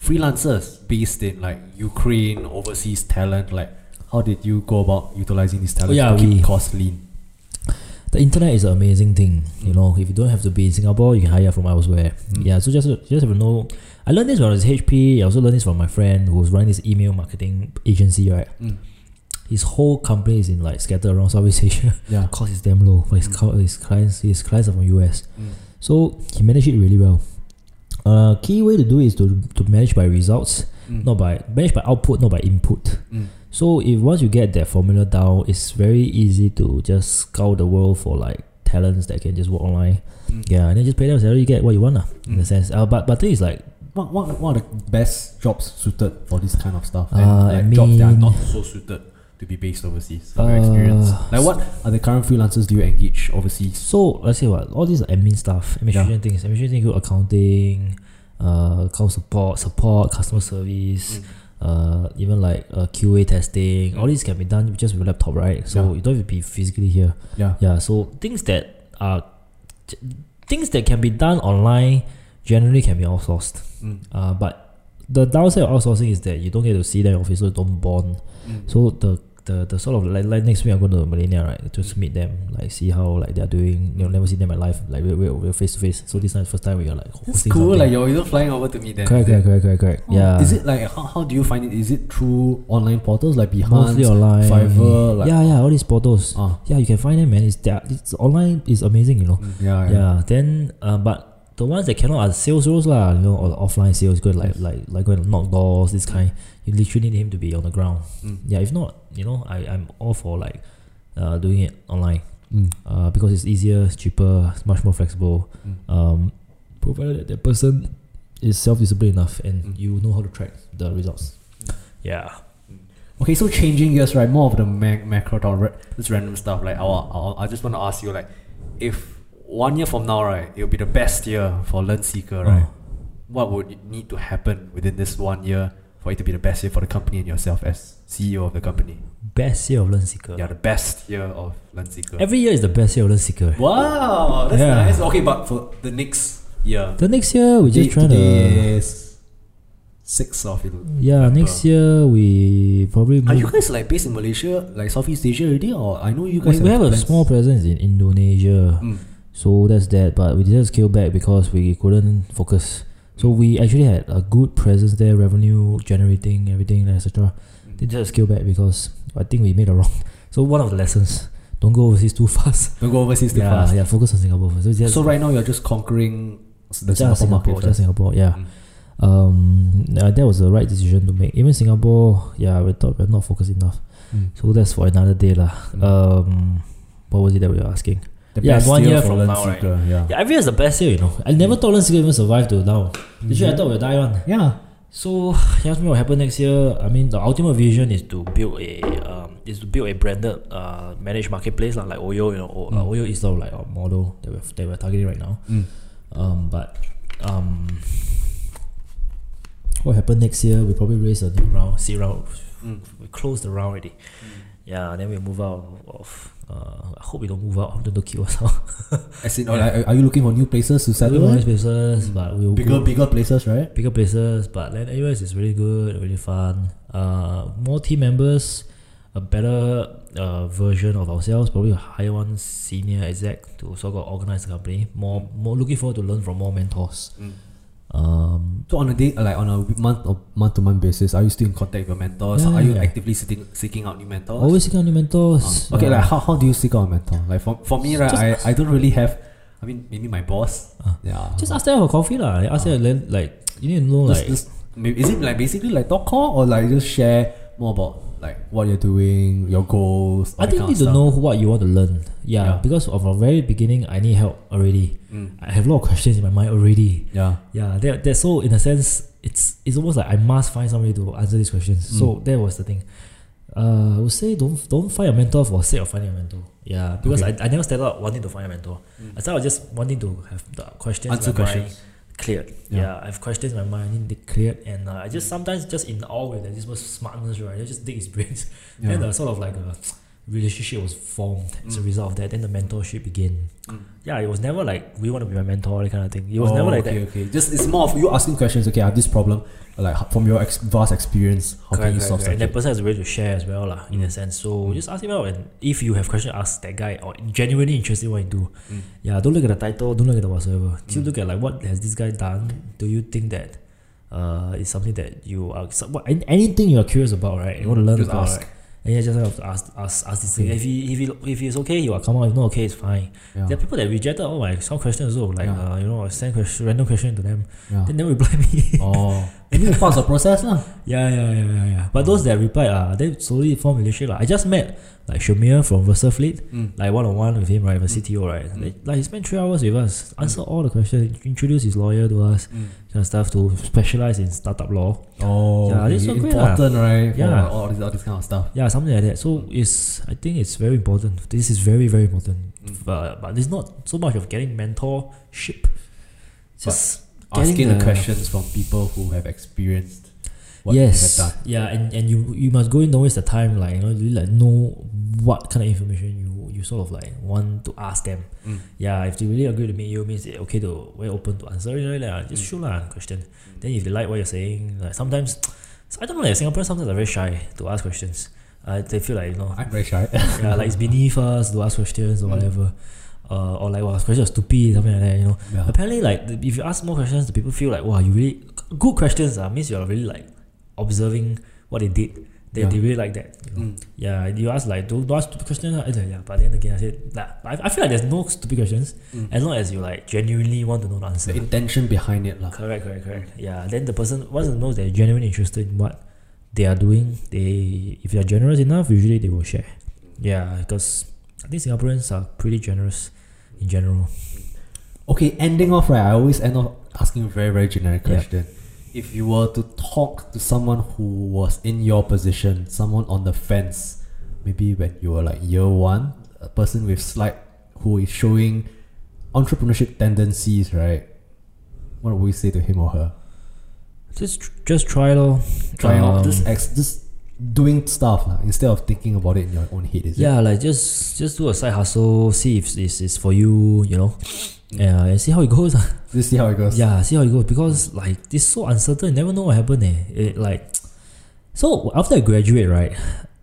freelancers based in like Ukraine, overseas talent. Like, how did you go about utilizing these talents
yeah,
to keep
we-
costs lean?
The internet is an amazing thing. You know, if you don't have to be in Singapore, you can hire from elsewhere.
Mm.
Yeah, so just just have to know. I learned this when I was HP. I also learned this from my friend who was running this email marketing agency, right?
Mm.
His whole company is in like scattered around Southeast Asia.
Yeah.
cost is damn low for his,
Mm.
cli- his clients. His clients are from US,
Mm.
so he managed it really well. Uh, key way to do is to, to manage by results,
Mm.
not by manage by output, not by input.
Mm.
So if once you get that formula down, it's very easy to just scout the world for like talents that can just work online.
Mm.
Yeah, and then just pay them salary, you get what you want lah. In
Mm.
a sense, uh, but but thing is like
What, what, what are the best jobs suited for this kind of stuff?
Uh,
like
I
jobs that are
mean-
not so suited to be based overseas from your
Uh,
experience. Like, what are the current freelancers do you engage overseas?
So let's say what all these are admin stuff, administration things, administration things, include accounting, uh, account support, support, customer service, uh, even like uh, QA testing. All these can be done just with laptop, right? So
Yeah.
you don't have to be physically here.
Yeah.
Yeah. So things that are things that can be done online generally can be outsourced.
Mm.
Uh, but the downside of outsourcing is that you don't get to see their office, so you don't bond.
Mm.
So the the, the sort of like, like next week I'm going to Millennia right just meet them like see how like they're doing you know never see them in life like we're, we're, we're face to face so this time is first time we are like
It's
hosting
cool.
something.
Like you're, you're flying over to meet them.
correct
is it?
correct correct correct correct yeah
Is it like how, how do you find it? Is it through online portals like
mostly
Behance?
online
Fiverr, like-
yeah yeah all these portals
Ah,
yeah you can find them man it's, they're- it's online is amazing you know
mm, yeah, yeah.
Yeah. Then, uh, but the ones that cannot are sales roles lah. You know, or offline sales. Good like like like going to knock doors. This kind. You literally need him to be on the ground.
Mm.
Yeah. If not, you know, I I'm all for like, uh, doing it online.
Mm.
Uh, because it's easier, it's cheaper, it's much more flexible.
Mm.
Um, provided that the person is self-disciplined enough and
Mm.
you know how to track the results. Yeah.
Okay, so changing gears, right? More of the mac- macro talk, ra- just random stuff. Like, I, I, I just want to ask you, like, if one year from now, right, it'll be the best year for Learn Seeker, right?
Uh,
What would it need to happen within this one year for it to be the best year for the company and yourself as CEO of the company?
Best year of learn seeker.
Yeah, the best year of Learn Seeker.
Every year is the best year of learn seeker.
wow, that's
Yeah.
nice. Okay, but for the next year,
The next year we
Today-
just trying to.
today is six of it.
Yeah, next year we probably
uh, Are
move.
you guys like based in Malaysia, like Southeast Asia already, or I know you
we,
guys?
we have a
plans-
small presence in Indonesia,
Mm.
so that's that. But we just scale back because we couldn't focus. So we actually had a good presence there, revenue generating, everything, etc. They just scale back because I think we made a wrong. So one of the lessons: don't go overseas too fast.
Don't go overseas too
yeah,
fast.
yeah. Focus on Singapore first. So, just,
So right now you're just conquering s- the Singapore,
just Singapore,
market.
just
first.
Singapore. Yeah.
Mm.
Um, uh, that was the right decision to make. Even Singapore, yeah, we thought we're not focused enough.
Mm.
So that's for another day, lah.
Mm.
Um, what was it that we were asking?
The
Yeah,
best
one year
for
from
Learn
now, right?
Seeker, Yeah.
Yeah, every year is the best year, you know. I never thought Learn Secret even survived to now. Literally, I thought we'll die one.
Yeah.
Mm-hmm. So, you ask me what happened next year. I mean, the ultimate vision is to build a um, is to build a branded uh, managed marketplace lah, like Oyo. You know, o- uh, Oyo is sort of like our model that we're that we're targeting right now.
Mm.
Um, but um, what happened next year? We probably raise a new round, C round.
Mm.
We close the round already. Yeah, then we move out of. Uh, I hope we don't move out. I hope they don't kill us out.
As in, or like, are you looking for new places to
We
settle?
want
in?
nice places, but we'll
Bigger,
we'll-
bigger places, right?
bigger places, but then anyways, it's really good, really fun. Uh, more team members, a better uh, version of ourselves, probably a higher one, senior exec to sort of organize the company. More, more looking forward to learn from more mentors.
Mm.
Um,
So on a day, like on a w- month or month to month basis, are you still in contact with your mentors?
Yeah,
are you
yeah.
actively seeking seeking out new mentors?
always seek out new mentors.
Okay,
Uh,
like how, how do you seek out a mentor? Like for, for me, right, I, I don't really have. I mean, maybe my boss. yeah.
Uh. just ask them for coffee lah. Ask them then like you need to know
Just-
like
just- maybe- is it like basically like talk call or like just share more about like what you're doing, your goals? all
I
that
think
kind
you need
of stuff?
to know what you want to learn.
Yeah.
Yeah, because of the very beginning, I need help already. I have a lot of questions in my mind already.
Mm. Yeah.
Yeah, that, that so in a sense, it's it's almost like I must find somebody to answer these questions.
Mm.
So that was the thing. Uh, I would say don't don't find a mentor for sake of finding a mentor. Yeah, because I, I never started out wanting to find a mentor. I started out just wanting to have the questions
Mm. Answer
in my mind
questions.
cleared. Yeah.
Yeah. Mm.
I have questions in my mind, I need it cleared, and uh, I just sometimes just in awe with this was smartness, right? I just dig his brains.
Yeah. Mm.
Then the sort of like a relationship was formed as a result of that. Then the mentorship began. Yeah, it was never like we want to be my mentor, that kind of thing. It was
Oh,
never like that.
okay, Okay, Just it's more of you asking questions. Okay, I have this problem. Like h- from your ex- vast experience, how
Correct,
can you
correct,
solve
correct. And
such
that
a-
person has a way to share as well, lah, in a sense. So just ask him out, and if you have question, ask that guy or genuinely interested in what you do.
Mm.
Yeah, don't look at the title, don't look at the whatsoever. Just look at like what has this guy done. Do you think that uh is something that you are so- what, an- anything you are curious about, right? You want to learn
Just
about,
ask. Mm.
right? And yeah, just have to ask ask ask this thing. If he if he if he's okay, he will come out. If not okay, it's fine.
Yeah.
There are people that rejected all my some questions also, like
Yeah.
uh, you know, I send question, random question to them.
Yeah.
They never reply me.
Oh, you need to pass the process, lah.
Yeah, yeah, yeah, yeah, yeah. But those that replied, uh, they slowly form relationship. Like, I just met like Shamir from Versa Fleet, like one on one with him, right? With CTO, right? Like, like he spent three hours with us, answer all the questions, introduce his lawyer to us, kind of stuff to specialize in startup law.
Oh,
Yeah, this
okay,
one great,
important, right? For
Yeah.
all this, all this kind of stuff.
Yeah, something like that. So it's I think it's very important. This is very very important. But, but it's not so much of getting mentorship, It's
But
just getting
Asking the, questions from people who have experienced what
yes.
you have done.
Yeah, and, and you you must go in don't waste the time like you know you like know what kind of information you you sort of like want to ask them.
Mm.
Yeah, if they really agree to meet you means they okay to we're open to answer, you know, like, ah,
Mm.
just shoot lah question. Then if they like what you're saying, like sometimes I don't know like Singaporeans sometimes are very shy to ask questions. I they feel like you know,
I'm very shy.
yeah, like it's beneath us to ask questions
Mm.
or whatever. Uh, or like, wow, this question is stupid, something like that, you know.
Yeah.
Apparently, like,
like the- if you ask more questions, the people feel like wow, you really good questions. Uh, means you're really like observing what they did. They,
Yeah.
they really like that. You know?
Mm.
Yeah, and you ask like don't, don't ask stupid questions. ah. It's like, yeah, but then again, I said nah, I, I feel like there's no stupid questions
Mm.
as long as you like genuinely want to know the answer.
The intention behind it, lah.
Correct, correct, correct. Yeah. Then the person once they knows they're genuinely interested in what they are doing, they if they are generous enough, usually they will share. Yeah, because I think Singaporeans are pretty generous in general.
Okay, ending off right. I always end off asking a very very generic
Yeah.
question. If you were to talk to someone who was in your position, someone on the fence, maybe when you were like year one, a person with slight who is showing entrepreneurship tendencies, right? What would you say to him or her?
Just tr- just try lor.
Trying out
Um,
this ex, just doing stuff lah, instead of thinking about it in your own head. Is it?
Yeah, like just just do a side hustle, see if it's, it's for you, you know. Yeah, and see how it goes. ah.
Just see how it goes.
Yeah, see how it goes because like it's so uncertain. You never know what happened. Eh. It like so after I graduate, right?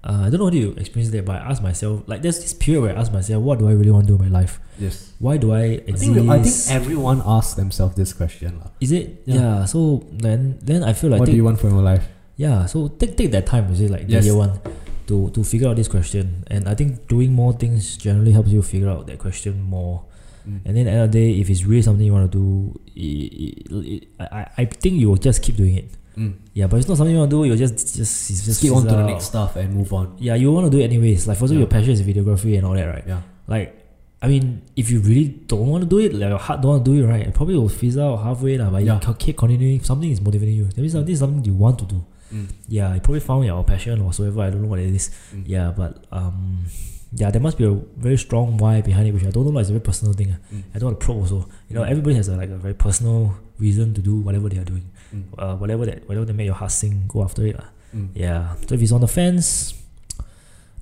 Uh, I don't know what you experienced that, but I asked myself like there's this period where I asked myself, what do I really want to do in my life?
Yes.
Why do I
I
exist?
think, I think everyone asks themselves this question. lah.
is it
Yeah.
yeah. So then then I feel like
what
take-
do you want from your life?
yeah. So take take that time. Is it like
Yes.
the year one to to figure out this question? And I think doing more things generally helps you figure out that question more.
Mm.
And then at the end of the day, if it's really something you want to do, it, it, it, I I I think you will just keep doing it.
Mm.
Yeah, but it's not something you want to do. You just just it's just
Skip on to the
fizzle
next
out.
stuff and move on.
Yeah, you want to do it anyways. Like for
Yeah.
example, your passion is videography and all that, right?
Yeah.
Like, I mean, if you really don't want to do it, like your heart don't want to do it, right? It probably will fizz out halfway, lah. But
Yeah.
you can keep continuing. If something is motivating you, that means something is something you want to do.
Mm.
Yeah, you probably found your passion or whatsoever. I don't know what it is.
Mm.
Yeah, but um, yeah, there must be a very strong why behind it, which I don't know. Like, it's a very personal thing. ah.
Mm.
I don't want to probe also. You know, everybody has a, like a very personal reason to do whatever they are doing.
Mm.
Uh, whatever that whatever they make your heart sing, go after it. lah.
Mm.
Yeah. So if it's on the fence,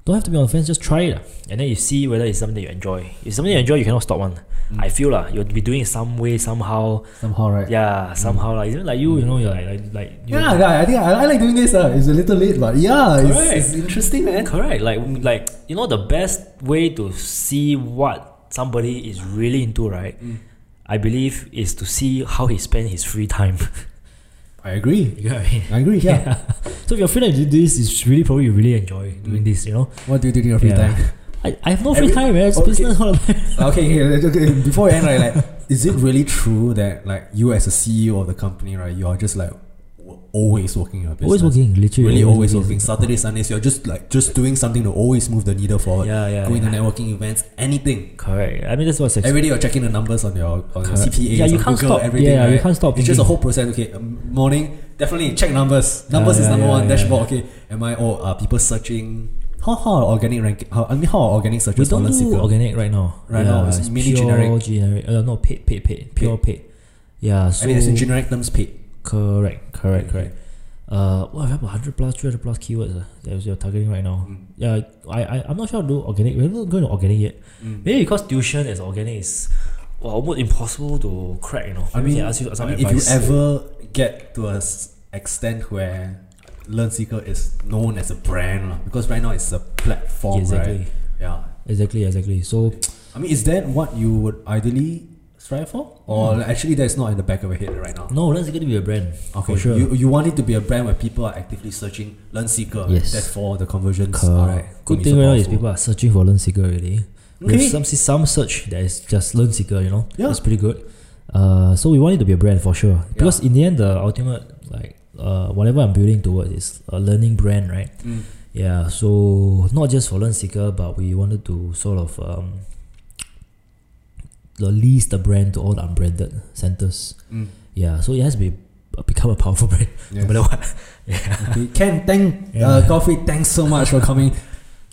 don't have to be on the fence. Just try it, lah. and then you see whether it's something that you enjoy. If it's something you enjoy, you cannot stop one.
Mm.
I feel lah, you'll be doing it some way, somehow.
Somehow, right?
Yeah, somehow lah. Even like you, you know, you're like like, like you
Mm. Yeah, guy, I think I, I like doing this. Uh. It's a little late, but yeah,
Correct.
it's, it's interesting, man.
Correct. Like like you know the best way to see what somebody is really into, right?
Mm.
I believe is to see how he spends his free time.
I agree.
you know what I mean?
I agree. Yeah.
So if you're free time to do this, it's really probably you really enjoy doing this. You know,
What do you do in your free
Yeah.
time?
I, I have no free
Every-
time, man. It's
okay.
business all the time.
okay, okay, okay, Before we end, right, like, is it really true that like you as a CEO of the company, right, you are just like w- always working on your business?
Always working, literally.
Really, always working. Saturday, Sundays, you're just like just doing something to always move the needle forward.
Yeah, yeah.
Going
yeah.
to networking events, anything.
Correct. I mean, that's what's expected.
Every day you're checking the numbers on your on your
Correct.
CPA,
Yeah, you
on
can't
Google,
stop.
everything.
Yeah, you
right?
can't stop
It's just a
thinking.
whole process. Okay, um, morning definitely check numbers. Numbers
Yeah,
is
yeah,
number
yeah,
one.
yeah,
dashboard. Okay, am I? Oh, are people searching? How how are organic ranking? How, I mean, how are organic
We
searches
don't
on
do
Lensico?
organic right now.
Right
yeah,
now, it's mainly
pure
generic.
generic. Uh, no, paid, paid, paid. Pure paid. Yeah, so.
I mean, it's in generic terms, paid.
Correct, correct,
Okay.
correct. Uh, well, I have 100 plus, 300 plus keywords uh, that you're targeting right now.
Mm.
Yeah, I, I, I'm not sure how to do organic. We haven't gone to organic yet.
Mm.
Maybe because tuition is organic is well, almost impossible to crack, you know.
I mean,
Maybe they ask you
I
some
mean, if you
advice.
ever get to a s- extent where LearnSeeker is known as a brand, lah, because right now it's a platform,
exactly.
right? Yeah.
Exactly, exactly. So
I mean, is that what you would ideally strive for, or
Mm.
like, actually that's not in the back of your head right now?
no, that's going to be a brand.
Okay,
for sure.
You, you want it to be a brand where people are actively searching learn seeker.
Yes.
Therefore, the conversions are
Correct. Good
gonna be
thing
so
right now is
powerful.
people are searching for Learn Seeker already. We
Okay.
have some see some search that is just Learn Seeker, you know.
Yeah.
It's pretty good. Uh, so we want it to be a brand for sure. Because in the end the ultimate like uh, whatever I'm building towards is a learning brand, right?
Mm.
Yeah. So not just for Learn Seeker, but we wanted to sort of um release the brand to all the unbranded centers.
Mm.
Yeah. So it has to be uh, become a powerful brand.
Yes.
No matter what.
Okay. Ken, thank
Yeah.
uh, Coffee. Thanks so much for coming.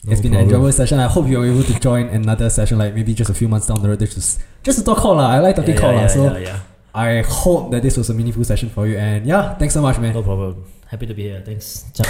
No
it's been an
problem.
enjoyable session. I hope you're able to join another session, like maybe just a few months down the road. Just to- just to talk call lah. I like talking
yeah,
call
yeah,
lah. So
yeah, yeah.
I hope that this was a meaningful session for you. And yeah, thanks so much, man.
No problem. Happy to be here. Thanks.